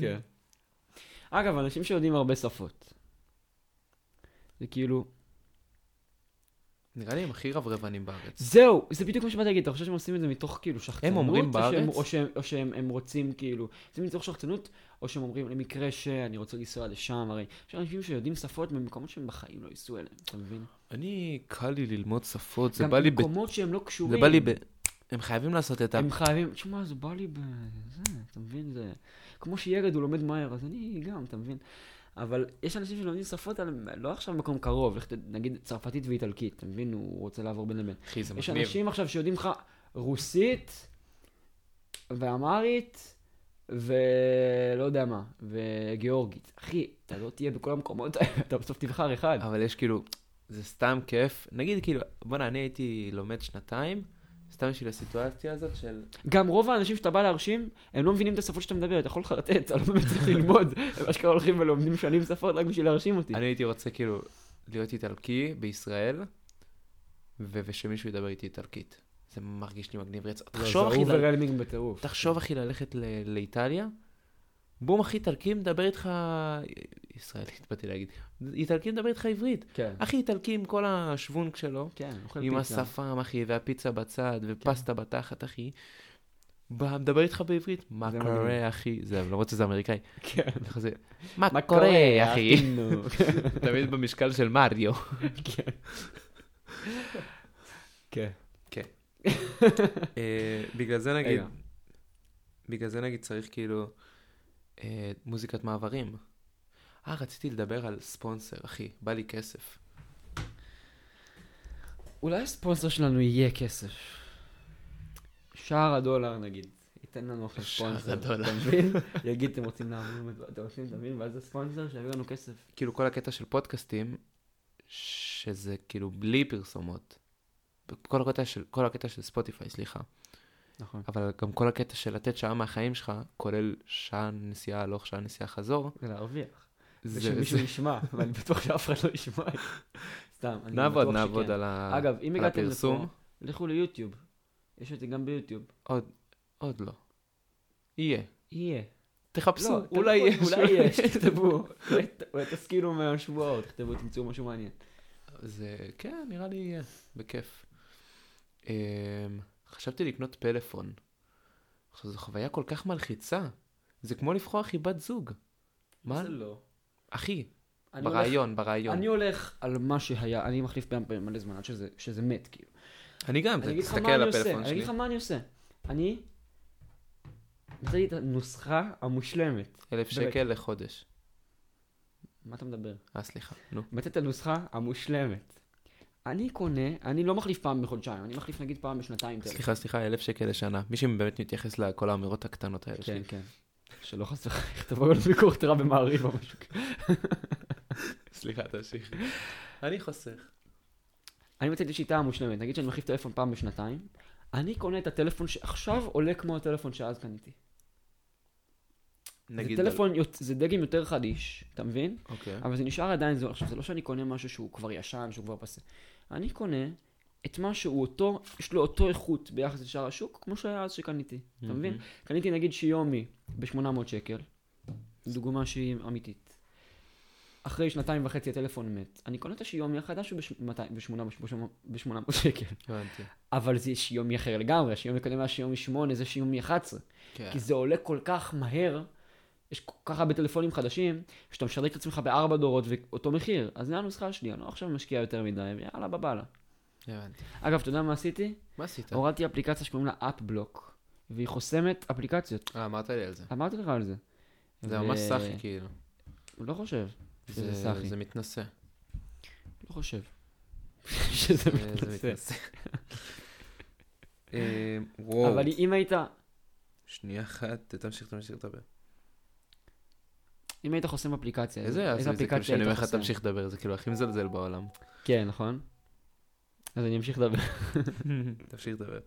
B: כן. אגב, אנשים שיודעים הרבה שפות. זה כאילו...
A: נראה לי הם הכי רברבנים בארץ.
B: זהו, זה בדיוק מה שבאתי להגיד, אתה חושב שהם עושים את זה מתוך כאילו שחצנות?
A: אומרים
B: או
A: בארץ?
B: שהם- או שהם, או שהם הם רוצים כאילו, זה מתוך שחצנות, או שהם אומרים למקרה שאני רוצה לנסוע לשם, הרי יש אנשים שיודעים שפות ממקומות שהם בחיים לא ייסעו אליהם, אתה מבין?
A: אני, קל לי ללמוד שפות, זה
B: גם
A: בא לי ב...
B: במקומות שהם לא קשורים.
A: זה בא לי ב... הם חייבים לעשות את ה...
B: הם חייבים, תשמע, זה בא לי ב... זה, אתה מבין? זה... כמו שילד הוא לומד מהר, אז אני גם, אתה מבין? אבל יש אנשים שלומדים שפות, על... לא עכשיו במקום קרוב, איך ת- נגיד צרפתית ואיטלקית, אתה מבין? הוא רוצה לעבור בין לבין.
A: אחי, זה
B: יש
A: מגניב.
B: אנשים עכשיו שיודעים לך רוסית ואמהרית ולא יודע מה, וגיאורגית. אחי, אתה לא תהיה בכל המקומות האלה, אתה בסוף תבחר אחד.
A: אבל יש כאילו, זה סתם כיף. נגיד כאילו, בוא'נה, אני הייתי לומד שנתיים, סתם בשביל הסיטואציה הזאת של...
B: גם רוב האנשים שאתה בא להרשים, הם לא מבינים את השפות שאתה מדבר, אתה יכול לחרטט, אתה לא באמת צריך ללמוד. הם אשכרה הולכים ולומדים שנים שפות רק בשביל להרשים אותי.
A: אני הייתי רוצה כאילו להיות איטלקי בישראל, ו- ושמישהו ידבר איתי איטלקית. זה מרגיש לי מגניב רצח. תחשוב, אחי,
B: לא, זה
A: ל-
B: אוברלמינג בטירוף.
A: תחשוב, אחי, ללכת ל- לאיטליה. בום, אחי, איטלקי מדבר איתך... ישראלית, באתי להגיד. איטלקי מדבר איתך עברית.
B: כן.
A: אחי, איטלקי עם כל השוונק שלו.
B: כן, אוכל
A: עם
B: פיצה.
A: השפם, אחי, והפיצה בצד, ופסטה בתחת, אחי. בא, מדבר איתך בעברית, מה
B: זה מגניב.
A: קורה, אחי? זה, למרות שזה אמריקאי.
B: כן.
A: איך זה? מה
B: מה
A: קורה, אחי?
B: נו.
A: תמיד במשקל של מריו.
B: כן. כן.
A: אה, בגלל זה נגיד,
B: רגע.
A: בגלל זה נגיד צריך כאילו אה, מוזיקת מעברים. אה, רציתי לדבר על ספונסר, אחי, בא לי כסף.
B: אולי הספונסר שלנו יהיה כסף. שער הדולר נגיד. ייתן לנו עכשיו
A: שער
B: ספונסר,
A: הדולר.
B: אתה מבין? יגיד, אתם רוצים להעביר, את- אתם רוצים, אתה מבין? ואז הספונסר שיביא לנו כסף.
A: כאילו כל הקטע של פודקאסטים, שזה כאילו בלי פרסומות. כל הקטע של, כל הקטע של ספוטיפיי, סליחה.
B: נכון.
A: אבל גם כל הקטע של לתת שעה מהחיים שלך, כולל שעה נסיעה הלוך, שעה נסיעה חזור,
B: ולהרוויח.
A: זה...
B: ושמישהו
A: זה-
B: ישמע, ואני בטוח שאף אחד לא ישמע. סתם, אני
A: נעבוד,
B: בטוח
A: נעבוד
B: שכן.
A: על ה-
B: אגב, אם
A: על
B: הגעתם
A: הפרסום.
B: לפה, לכו ליוטיוב. יש אותי גם ביוטיוב.
A: עוד, עוד לא. יהיה.
B: יהיה.
A: תחפשו,
B: לא,
A: אולי
B: תלכו,
A: יש.
B: אולי יש, תכתבו. אולי ת- אולי תשכילו מהשבועות, תכתבו, תמצאו משהו מעניין.
A: זה, כן, נראה לי יהיה, בכיף. אמ, חשבתי לקנות פלאפון. עכשיו, זו חוויה כל כך מלחיצה. זה כמו לבחור אחי בת זוג. מה?
B: זה לא.
A: אחי,
B: אני הולך-
A: ברעיון, ברעיון.
B: אני הולך על מה שהיה, אני מחליף פעם פעמים מלא זמן עד שזה, שזה מת, כאילו.
A: אני גם,
B: אני אגיד לך
A: אוקיי, תסתכל
B: מה אני
A: על
B: עושה,
A: הפלאפון
B: אני אגיד
A: שלי.
B: לך מה אני עושה. אני מצאתי את הנוסחה המושלמת.
A: אלף
B: באמת.
A: שקל לחודש.
B: מה אתה מדבר?
A: אה, סליחה, נו.
B: מצאתי את הנוסחה המושלמת. אני קונה, אני לא מחליף פעם בחודשיים, אני מחליף נגיד פעם בשנתיים. טלפון.
A: סליחה, סליחה, אלף שקל לשנה. מישהו באמת מתייחס לכל האמירות הקטנות האלה
B: כן,
A: שלי.
B: כן. שלא חס וחלילה תבוא לנו ביקור תראה במעריב או משהו כזה.
A: סליחה, תמשיך. אני חוסך.
B: אני מצאתי את השיטה המושלמת, נגיד שאני מחליף טלפון פעם בשנתיים, אני קונה את הטלפון שעכשיו עולה כמו הטלפון שאז קניתי. זה
A: נגיד...
B: טלפון, יוצ- זה דגם יותר חדיש, אתה מבין?
A: על- אוקיי.
B: אבל זה נשאר עדיין זול. עכשיו, זה לא שאני קונה משהו שהוא כבר ישן, שהוא כבר פסה. אני קונה את מה שהוא אותו, יש לו אותו איכות ביחס לשאר השוק, כמו שהיה אז שקניתי. אתה מבין? קניתי נגיד שיומי ב-800 שקל, דוגמה שהיא אמיתית. אחרי שנתיים וחצי הטלפון מת. אני קונה את השיומי החדש ב-800 שקל.
A: הבנתי.
B: אבל זה שיומי אחר לגמרי, השיומי קודם היה שיומי 8, זה שיומי 11.
A: כן.
B: כי זה עולה כל כך מהר, יש כל כך הרבה טלפונים חדשים, שאתה משדרג את עצמך בארבע דורות ואותו מחיר. אז זה הנוסחה שלי, אני לא עכשיו משקיע יותר מדי, ויאללה בבאללה.
A: הבנתי.
B: אגב, אתה יודע מה עשיתי?
A: מה עשית?
B: הורדתי אפליקציה שקוראים לה אפבלוק, והיא חוסמת אפליקציות.
A: אה, אמרת לי על זה.
B: אמרתי לך על זה.
A: זה
B: ו-
A: ממש סאחי, כאילו.
B: לא חושב, שזה
A: זה-
B: סאחי.
A: זה מתנשא.
B: לא חושב.
A: זה-
B: שזה
A: זה
B: מתנשא.
A: מתנשא. אה, וואו.
B: אבל אם היית,
A: שנייה אחת, תמשיך, תמשיך לדבר.
B: אה, אם היית חוסם אפליקציה,
A: איזה אז זה כאילו
B: אפליקציה
A: שאני אומר
B: היית
A: לך
B: חוסם?
A: תמשיך לדבר, זה כאילו הכי מזלזל בעולם.
B: כן, נכון? אז אני אמשיך לדבר.
A: תמשיך לדבר.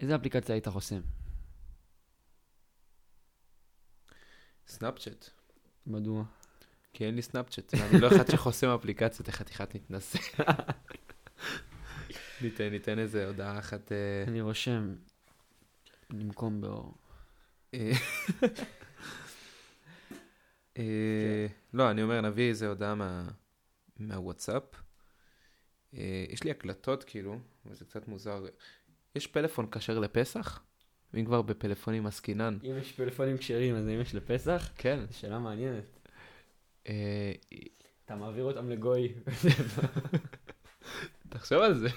B: איזה אפליקציה היית חוסם?
A: סנאפצ'אט.
B: מדוע?
A: כי אין לי סנאפצ'אט, ואני לא אחד שחוסם אפליקציות, לחתיכת מתנשא. ניתן, ניתן איזה הודעה אחת. אה,
B: אני רושם, נמקום באור.
A: אה, אה, לא, אני אומר, נביא איזה הודעה מה- מהוואטסאפ. אה, יש לי הקלטות, כאילו, אבל זה קצת מוזר. יש פלאפון כשר לפסח? אם כבר בפלאפונים עסקינן.
B: אם יש פלאפונים כשרים, אז האם יש לפסח?
A: כן.
B: זו שאלה מעניינת.
A: אה,
B: אתה מעביר אותם לגוי.
A: תחשוב על זה.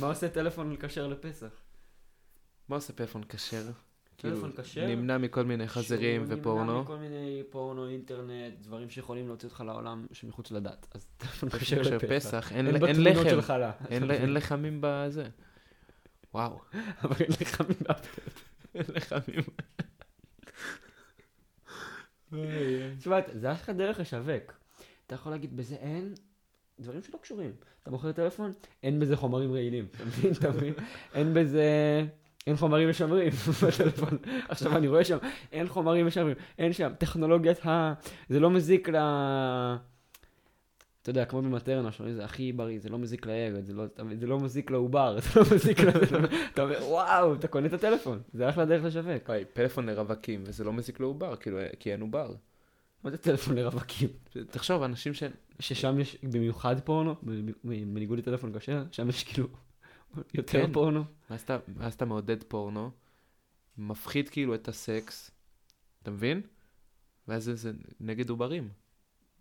B: מה עושה טלפון כשר לפסח?
A: מה עושה פלאפון כשר?
B: טלפון
A: כאילו,
B: כשר?
A: נמנע מכל מיני חזירים
B: שהוא נמנע
A: ופורנו.
B: מכל מיני פורנו, אינטרנט, דברים שיכולים להוציא אותך לעולם שמחוץ לדת. אז טלפון כשר
A: פלאפון
B: לפסח.
A: פסח, אין
B: אין
A: אין
B: בתמונות של
A: לחם.
B: חלה.
A: אין ל- אין לחמים בזה. וואו.
B: אבל אין לך מילה.
A: אין לחמים.
B: תשמע, זה אחלה דרך לשווק. אתה יכול להגיד, בזה אין דברים שלא קשורים. אתה מוכר טלפון, אין בזה חומרים רעילים. אתה מבין? אתה מבין? אין בזה... אין חומרים משמרים בטלפון. עכשיו אני רואה שם, אין חומרים משמרים, אין שם. טכנולוגיית ה... זה לא מזיק ל... אתה יודע, כמו במטרנה, שאומרים, זה הכי בריא, זה לא מזיק לילד, זה לא, אתה מבין? זה לא מזיק לעובר, זה לא מזיק ל... זה לא- אתה אומר, וואו, אתה קונה את הטלפון, זה אחלה דרך לשווק.
A: אוי, פלאפון לרווקים, וזה לא מזיק לעובר, כאילו, כי אין עובר.
B: מה זה טלפון לרווקים?
A: תחשוב, אנשים ש...
B: ששם יש במיוחד פורנו, בב- בניגוד לטלפון כשר, שם יש כאילו יותר
A: כן.
B: פורנו.
A: ואז אתה- ואז אתה מעודד פורנו, מפחית כאילו את הסקס, אתה מבין? ואז זה- זה נגד עוברים.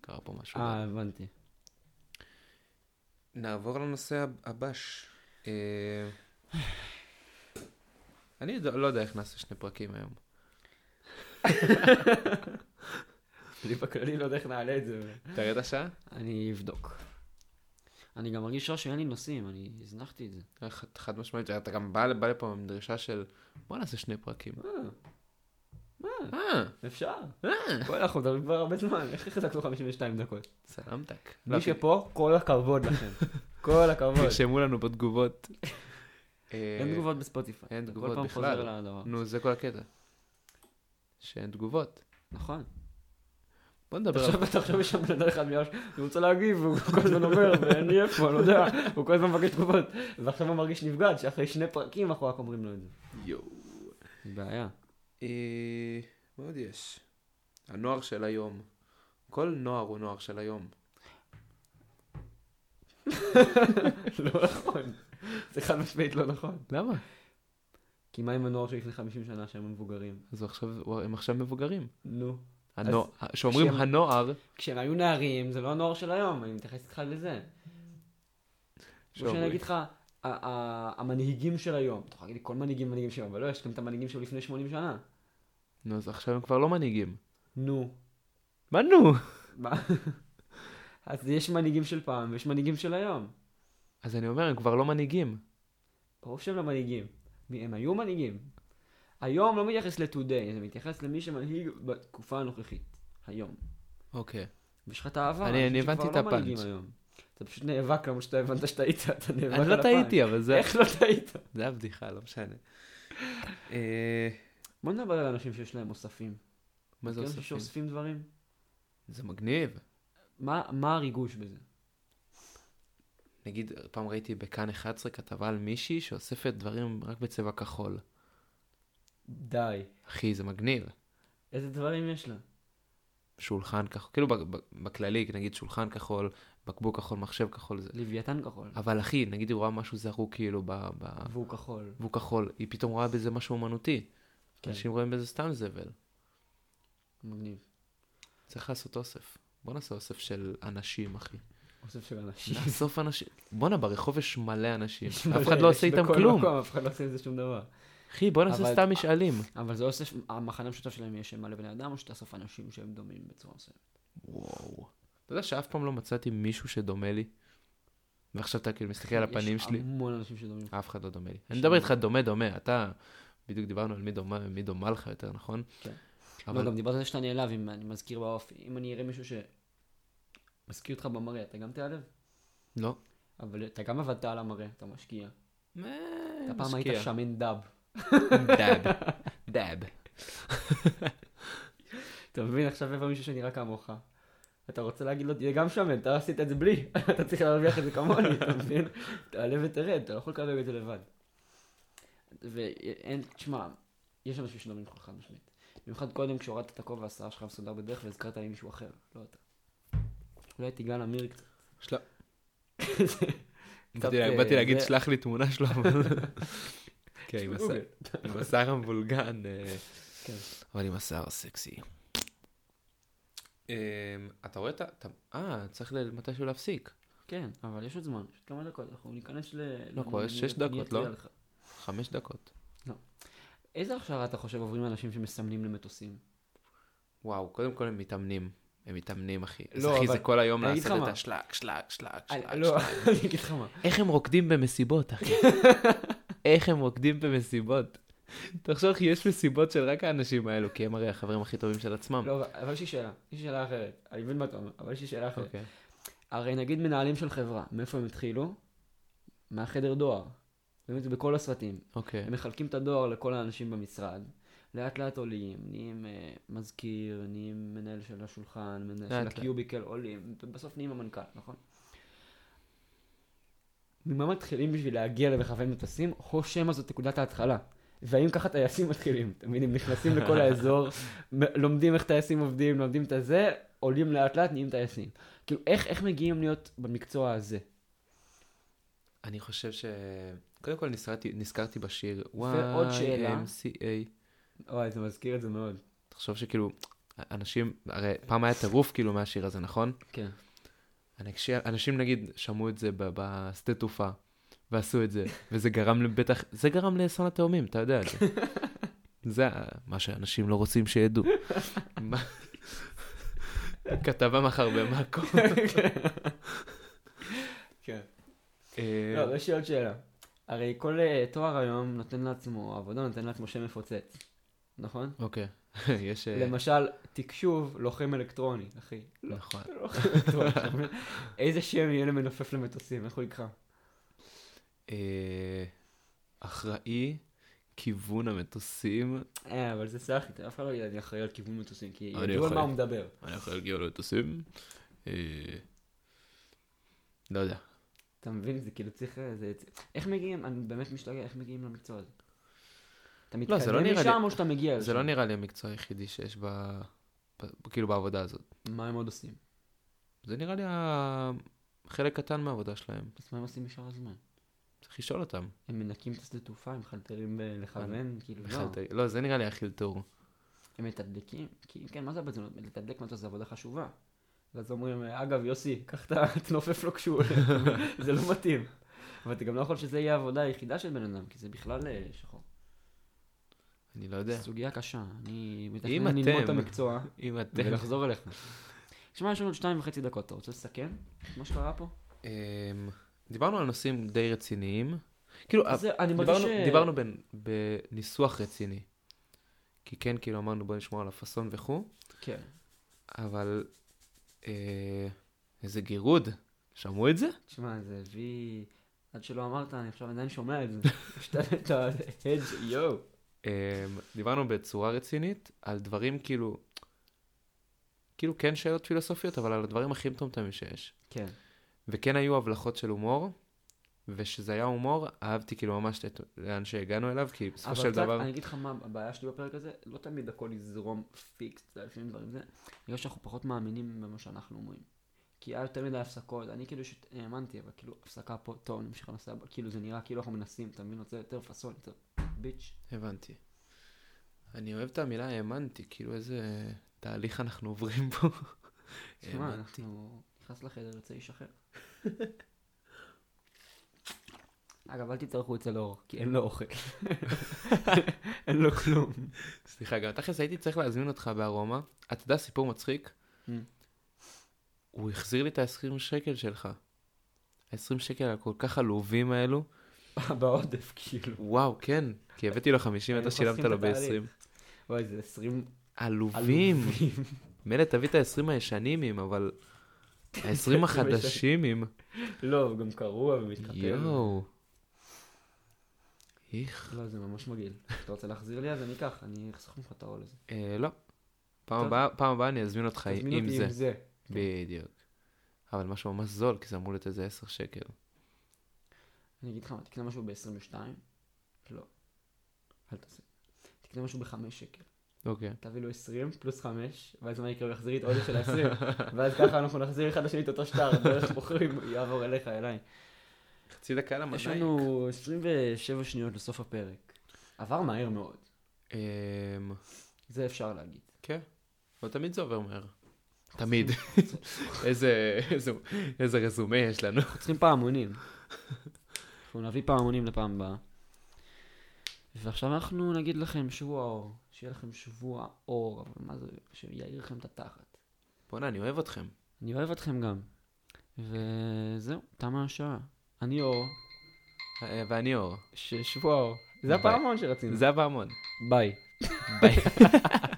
A: קרה פה משהו.
B: אה, הבנתי.
A: נעבור לנושא הב- הבש. אה, אני יודע- לא יודע איך נעשה שני פרקים היום.
B: אני בכללי לא יודע איך נעלה את זה.
A: תראה את השעה?
B: אני אבדוק. אני גם מרגיש רע שאין לי נושאים, אני הזנחתי את זה.
A: חד- חד משמעית, אתה גם בא בא לפה עם דרישה של בוא נעשה שני פרקים. אה,
B: אפשר. וואי, אנחנו מדברים כבר הרבה זמן, איך החזקנו 52 דקות?
A: סלמתק. לא,
B: מי שפה, כל הכבוד לכם. כל הכבוד.
A: תרשמו לנו בתגובות. אה,
B: אין תגובות בספוטיפיי.
A: אין
B: אתה
A: תגובות
B: כל פעם
A: בכלל.
B: חוזר לדבר.
A: נו, זה כל הקטע. שאין תגובות.
B: נכון.
A: בוא נדבר על...
B: תחשוב, תחשוב יש שם בן אדם אחד מיואש, הוא רוצה להגיב, והוא כל הזמן אומר, ואין לי איפה, אני לא יודע, הוא כל הזמן מבקש תגובות. ועכשיו הוא מרגיש נבגד, שאחרי שני פרקים אנחנו רק אומרים לו את זה.
A: יואו.
B: בעיה.
A: אה, מה עוד יש? הנוער של היום. כל נוער הוא נוער של היום.
B: לא נכון. זה חד משמעית לא נכון.
A: למה?
B: כי מה עם הנוער שלפני 50 שנה שהם המבוגרים?
A: אז הוא עכשיו- הוא- הם עכשיו מבוגרים.
B: נו.
A: הנוע- כשאומרים
B: כשהם-
A: הנוער,
B: כשהם היו נערים, זה לא הנוער של היום, אני מתייחס איתך לזה. כמו שאני
A: שאומרים-
B: אגיד לך, ה- ה- המנהיגים של היום, אתה יכול להגיד לי כל מנהיגים מנהיגים של היום, אבל לא, יש גם את המנהיגים של לפני 80 שנה.
A: נו, אז עכשיו הם כבר לא מנהיגים.
B: נו.
A: מה נו?
B: מה? אז יש מנהיגים של פעם ויש מנהיגים של היום.
A: אז אני אומר, הם כבר לא מנהיגים.
B: ברור שהם לא מנהיגים. מי- הם היו מנהיגים. היום לא מתייחס ל-today, זה מתייחס למי שמנהיג בתקופה הנוכחית. היום.
A: אוקיי.
B: ויש לך את העבר.
A: אני-
B: אנשים
A: אני הבנתי
B: שכבר
A: את
B: לא
A: הפאנץ'.
B: מנהיגים היום. אתה פשוט נאבק למרות שאתה הבנת שטעית, אתה נאבק
A: אני
B: על
A: לא
B: הפאנץ'.
A: טעיתי, אבל זה...
B: איך לא טעית?
A: זה הבדיחה, לא משנה. אה,
B: בוא נדבר על אנשים שיש להם אוספים.
A: מה זה
B: כאילו
A: אוספים?
B: שאוספים דברים?
A: זה מגניב.
B: מה מה הריגוש בזה?
A: נגיד, פעם ראיתי בכאן 11 כתבה על מישהי שאוספת דברים רק בצבע כחול.
B: די.
A: אחי, זה מגניב.
B: איזה דברים יש לה?
A: שולחן כחול, כאילו ב- ב- בכללי, נגיד שולחן כחול, בקבוק כחול, מחשב כחול. זה.
B: לוויתן כחול.
A: אבל אחי, נגיד היא רואה משהו זרוק כאילו ב... ב-
B: והוא כחול.
A: והוא כחול, היא פתאום רואה בזה משהו אומנותי.
B: כן.
A: אנשים רואים בזה סתם זבל.
B: מגניב.
A: צריך לעשות אוסף. בוא נעשה אוסף של אנשים, אחי.
B: אוסף של אנשים.
A: לאסוף אנשים. בואנה, ברחוב יש מלא אנשים.
B: יש
A: אף
B: מלא,
A: אחד לא
B: יש
A: עושה איתם
B: בכל
A: כלום.
B: מקום, אף אחד לא עושה עם זה שום דבר.
A: אחי, בוא נעשה
B: אבל-
A: סתם משאלים.
B: אבל זה אוסף, המכנה המשותף שלהם יהיה שהם מלא בני אדם, או שתאסוף אנשים שהם דומים בצורה מסוימת.
A: וואו. אתה יודע שאף פעם לא מצאתי מישהו שדומה לי? ועכשיו אתה כאילו מסתכל על הפנים שלי,
B: יש המון אנשים שדומים.
A: אף אחד לא דומה לי. אני
B: יש
A: מדבר
B: המון.
A: איתך דומה דומה, אתה... בדיוק דיברנו על מי דומה, מי דומה לך יותר, נכון?
B: כן. לא,
A: אבל
B: גם דיברת על זה שאתה נעלב, אם אני מזכיר באופי. אם אני אראה מישהו שמזכיר אותך במראה, אתה גם תיעלב?
A: לא. אה,
B: אבל אתה גם עבדת על המראה, אתה משקיע. אתה פעם היית
A: משקיע.
B: שמן דב.
A: דאב. דאב.
B: אתה מבין, עכשיו יבוא מישהו שנראה כמוך, אתה רוצה להגיד לו, תהיה גם שמן, אתה עשית את זה בלי, אתה צריך להרוויח את זה כמוני, אתה מבין? תעלה ותרד, אתה לא יכול לקבל את זה לבד. ואין, תשמע, יש אנשים שלא ממך חד משמעית. במיוחד קודם כשהורדת את הכובע והשיער שלך מסודר בדרך והזכרת לי מישהו אחר, לא אתה. אולי תיגן אמיר קצת.
A: של-
B: זה- קצת,
A: באתי-
B: אה,
A: באתי להגיד,
B: זה-
A: שלח לי תמונה שלו, אבל... כן, עם הש-
B: גוגל.
A: עם השיער המבולגן. אה,
B: כן.
A: אבל עם השיער הסקסי. אמ, אתה רואה את ה... אתה- אה, צריך ל- מתישהו להפסיק.
B: כן, אבל יש עוד זמן, יש עוד כמה דקות, אנחנו ניכנס ל...
A: לא, כבר יש
B: אני-
A: שש
B: אני
A: דקות,
B: אצביע
A: לא?
B: לך.
A: חמש דקות.
B: איזה הכשרה אתה חושב עוברים אנשים שמסמנים למטוסים?
A: וואו, קודם כל הם מתאמנים. הם מתאמנים, אחי. אז
B: לא,
A: אחי,
B: אבל-
A: זה כל היום
B: אני אגיד
A: לעשות
B: לך
A: את
B: מה.
A: השלק, שלק, שלק,
B: אני-
A: שלק.
B: לא,
A: שלק.
B: אני אגיד לך מה.
C: איך הם רוקדים במסיבות, אחי?
A: איך הם רוקדים במסיבות. תחשוב, אחי, יש מסיבות של רק האנשים האלו, כי הם הרי החברים הכי טובים של עצמם.
B: לא, אבל יש לי שאלה, יש לי שאלה אחרת. אני מבין מה אתה אומר, אבל יש לי שאלה אחרת.
A: אוקיי.
B: הרי נגיד מנהלים של חברה, מאיפה הם התחילו? מהחדר דואר. באמת זה בכל הסרטים.
A: אוקיי.
B: הם מחלקים את הדואר לכל האנשים במשרד. לאט לאט עולים, נהיים אה, מזכיר, נהיים מנהל של השולחן, מנהל
A: לאט
B: של
A: לאט.
B: הקיוביקל, עולים, בסוף נהיים המנכ"ל, נכון? ממה מתחילים בשביל להגיע למכוון מטוסים, או שמא זאת נקודת ההתחלה. והאם ככה טייסים מתחילים? אתה מבין, הם נכנסים לכל האזור, מ- לומדים איך טייסים עובדים, לומדים את הזה, עולים לאט לאט, נהיים טייסים. כאילו, איך, איך מגיעים להיות במקצוע הזה?
A: אני חושב ש... קודם כל נזכרתי, נזכרתי בשיר
B: ועוד שאלה.
A: YMCA.
B: אוי, זה מזכיר את זה מאוד.
A: תחשוב שכאילו, אנשים, הרי פעם היה טירוף כאילו מהשיר הזה, נכון?
B: כן.
A: אנשים, אנשים נגיד שמעו את זה ב- בשדה תעופה, ועשו את זה, וזה גרם לבטח, זה גרם לאסון התאומים, אתה יודע את זה. זה ה- מה שאנשים לא רוצים שידעו. מה- כתבה מחר במאקו.
B: כן.
A: אה,
B: לא, יש לי עוד שאלה. הרי כל אה, תואר היום נותן לעצמו, העבודה נותן לעצמו שם מפוצץ, נכון?
A: אוקיי, יש... אה,
B: למשל, תקשוב, לוחם אלקטרוני, אחי. לא,
A: נכון.
B: אתה לא לוחם אלקטרוני. אתה מבין? איזה שם יהיה למנופף למטוסים, איך הוא יקרא?
A: אה, אחראי כיוון המטוסים.
B: אה, אבל זה סלח לי, אף אחד לא יגיד, אני אחראי על כיוון מטוסים, כי
A: אני
B: ידעו על
A: יכול.
B: מה הוא מדבר.
A: אני יכול להגיע למטוסים. אה, לא יודע.
B: אתה מבין? זה כאילו צריך... אה, זה- איך מגיעים, אני באמת משתגע, איך מגיעים למקצוע הזה? אתה
A: לא, זה לא
B: מתקדם
A: נראה
B: משם
A: לי-
B: או שאתה מגיע לשם?
A: זה לא נראה לי המקצוע היחידי שיש ב... ב- כאילו בעבודה הזאת.
B: מה הם עוד עושים?
A: זה נראה לי ה- חלק קטן מהעבודה שלהם.
B: אז מה הם עושים בשאר הזמן?
A: צריך לשאול אותם.
B: הם מנקים את השדה תעופה, הם חלטרים לכוון, כאילו,
A: בכלל,
B: לא.
A: לא, זה נראה לי החילטור.
B: הם מתדלקים, כי כן, מה זה הבזונות? לתדלק מטוס זה עבודה חשובה. ואז אומרים, אגב, יוסי, קח את ה... תנופף לו כשהוא עולה, זה לא מתאים. אבל אתה גם לא יכול שזה יהיה העבודה היחידה של בן אדם, כי זה בכלל אה, שחור.
A: אני לא יודע.
B: זו סוגיה קשה, אני
A: אם
B: מתכנן ללמוד את
A: אתם-
B: המקצוע
A: אם אתם...
B: ולחזור אליך. תשמע, יש לנו עוד שתיים וחצי דקות, אתה רוצה לסכם? את מה שקרה פה?
A: אמ, דיברנו על נושאים די רציניים. כאילו, ה-
B: זה, אני מרגיש
A: דיברנו-
B: ש...
A: דיברנו בנ- בניסוח רציני. כי כן, כאילו אמרנו בוא נשמור על הפאסון וכו',
B: כן.
A: אבל אה, איזה גירוד. שמעו את זה?
B: תשמע, זה הביא... עד שלא אמרת, אני עכשיו עדיין שומע את זה. יש את ההד, יואו.
A: אמ, דיברנו בצורה רצינית על דברים כאילו, כאילו כן שאלות פילוסופיות, אבל על הדברים הכי מטומטמים שיש.
B: כן.
A: וכן היו הבלחות של הומור, ושזה היה הומור, אהבתי כאילו ממש את- לאן שהגענו אליו, כי בסופו
B: אבל
A: של
B: קצת,
A: דבר...
B: אני אגיד לך מה הבעיה שלי בפרק הזה, לא תמיד הכל יזרום פיקס, אתה יודע, לפעמים דברים זה, בגלל שאנחנו פחות מאמינים במה שאנחנו אומרים. כי היה יותר מדי הפסקות, אני כאילו ש- האמנתי, אבל כאילו הפסקה פה, טוב, נמשיך לנושא הבא, כאילו זה נראה כאילו אנחנו מנסים, אתה מבין, רוצה יותר פאסון, יותר ביץ'.
A: הבנתי. אני אוהב את המילה האמנתי, כאילו איזה תהליך אנחנו עוברים פה.
B: תשמע,
A: האמנתי.
B: אנחנו נכנס לחדר, יוצא איש אחר. אגב, אל תצטרכו אצל אור, כי אין לו אוכל. אין לו כלום.
A: סליחה, גם תכלס הייתי צריך להזמין אותך בארומה. אתה יודע סיפור מצחיק?
B: Mm.
A: הוא החזיר לי את ה-20 שקל שלך. ה-20 שקל הכל כך עלובים האלו.
B: בעודף, כאילו.
A: וואו, כן. כי הבאתי לו 50
B: היינו
A: ואתה שילמת
B: חוסכים
A: לו
B: לא את התהליך.
A: ב-20.
B: וואי, זה 20
A: עלובים. מילא תביא את ה-20 הישנים עם, אבל... ה-20 החדשים עם.
B: לא, הוא גם קרוע ומתקפל.
A: יואו. איך.
B: לא, זה ממש מגעיל. אתה רוצה להחזיר לי? אז אני אקח, אני אחסוך ממך את העול הזה.
A: אה, לא. פעם הבאה- פעם הבאה אני אזמין אותך
B: תזמין
A: עם
B: אותי
A: זה.
B: עם זה.
A: בדיוק. אבל משהו ממש זול, כי זה אמור להיות איזה 10 שקל.
B: אני אגיד לך מה, תקנה משהו ב-22? לא. אל תעשה. תקנה משהו ב-5 שקל.
A: אוקיי.
B: תביא לו 20 פלוס 5, ואז מה יקרה? הוא יחזיר לי את העודף של ה-20. ואז ככה אנחנו נחזיר אחד לשני את אותו שטר, דרך בוחרים, יעבור אליך, אליי.
A: חצי דקה למדי.
B: יש לנו 27 שניות לסוף הפרק. עבר מהר מאוד.
A: אמ,
B: זה אפשר להגיד.
A: כן. לא תמיד זה עובר מהר. תמיד. איזה- איזה- איזה רזומה יש לנו.
B: אנחנו צריכים פעמונים. אנחנו נביא פעמונים לפעם הבאה. ועכשיו אנחנו נגיד לכם שבוע אור. שיהיה לכם שבוע אור, אבל מה זה, שיעיר לכם את התחת.
A: בואנה, אני אוהב אתכם.
B: אני אוהב אתכם גם. וזהו, תמה השעה. אני אור,
A: אה, ואני אור.
B: ששבוע אור. זה
A: ביי.
B: הפעמון שרצינו.
A: זה הפעמון.
B: ביי.
A: ביי.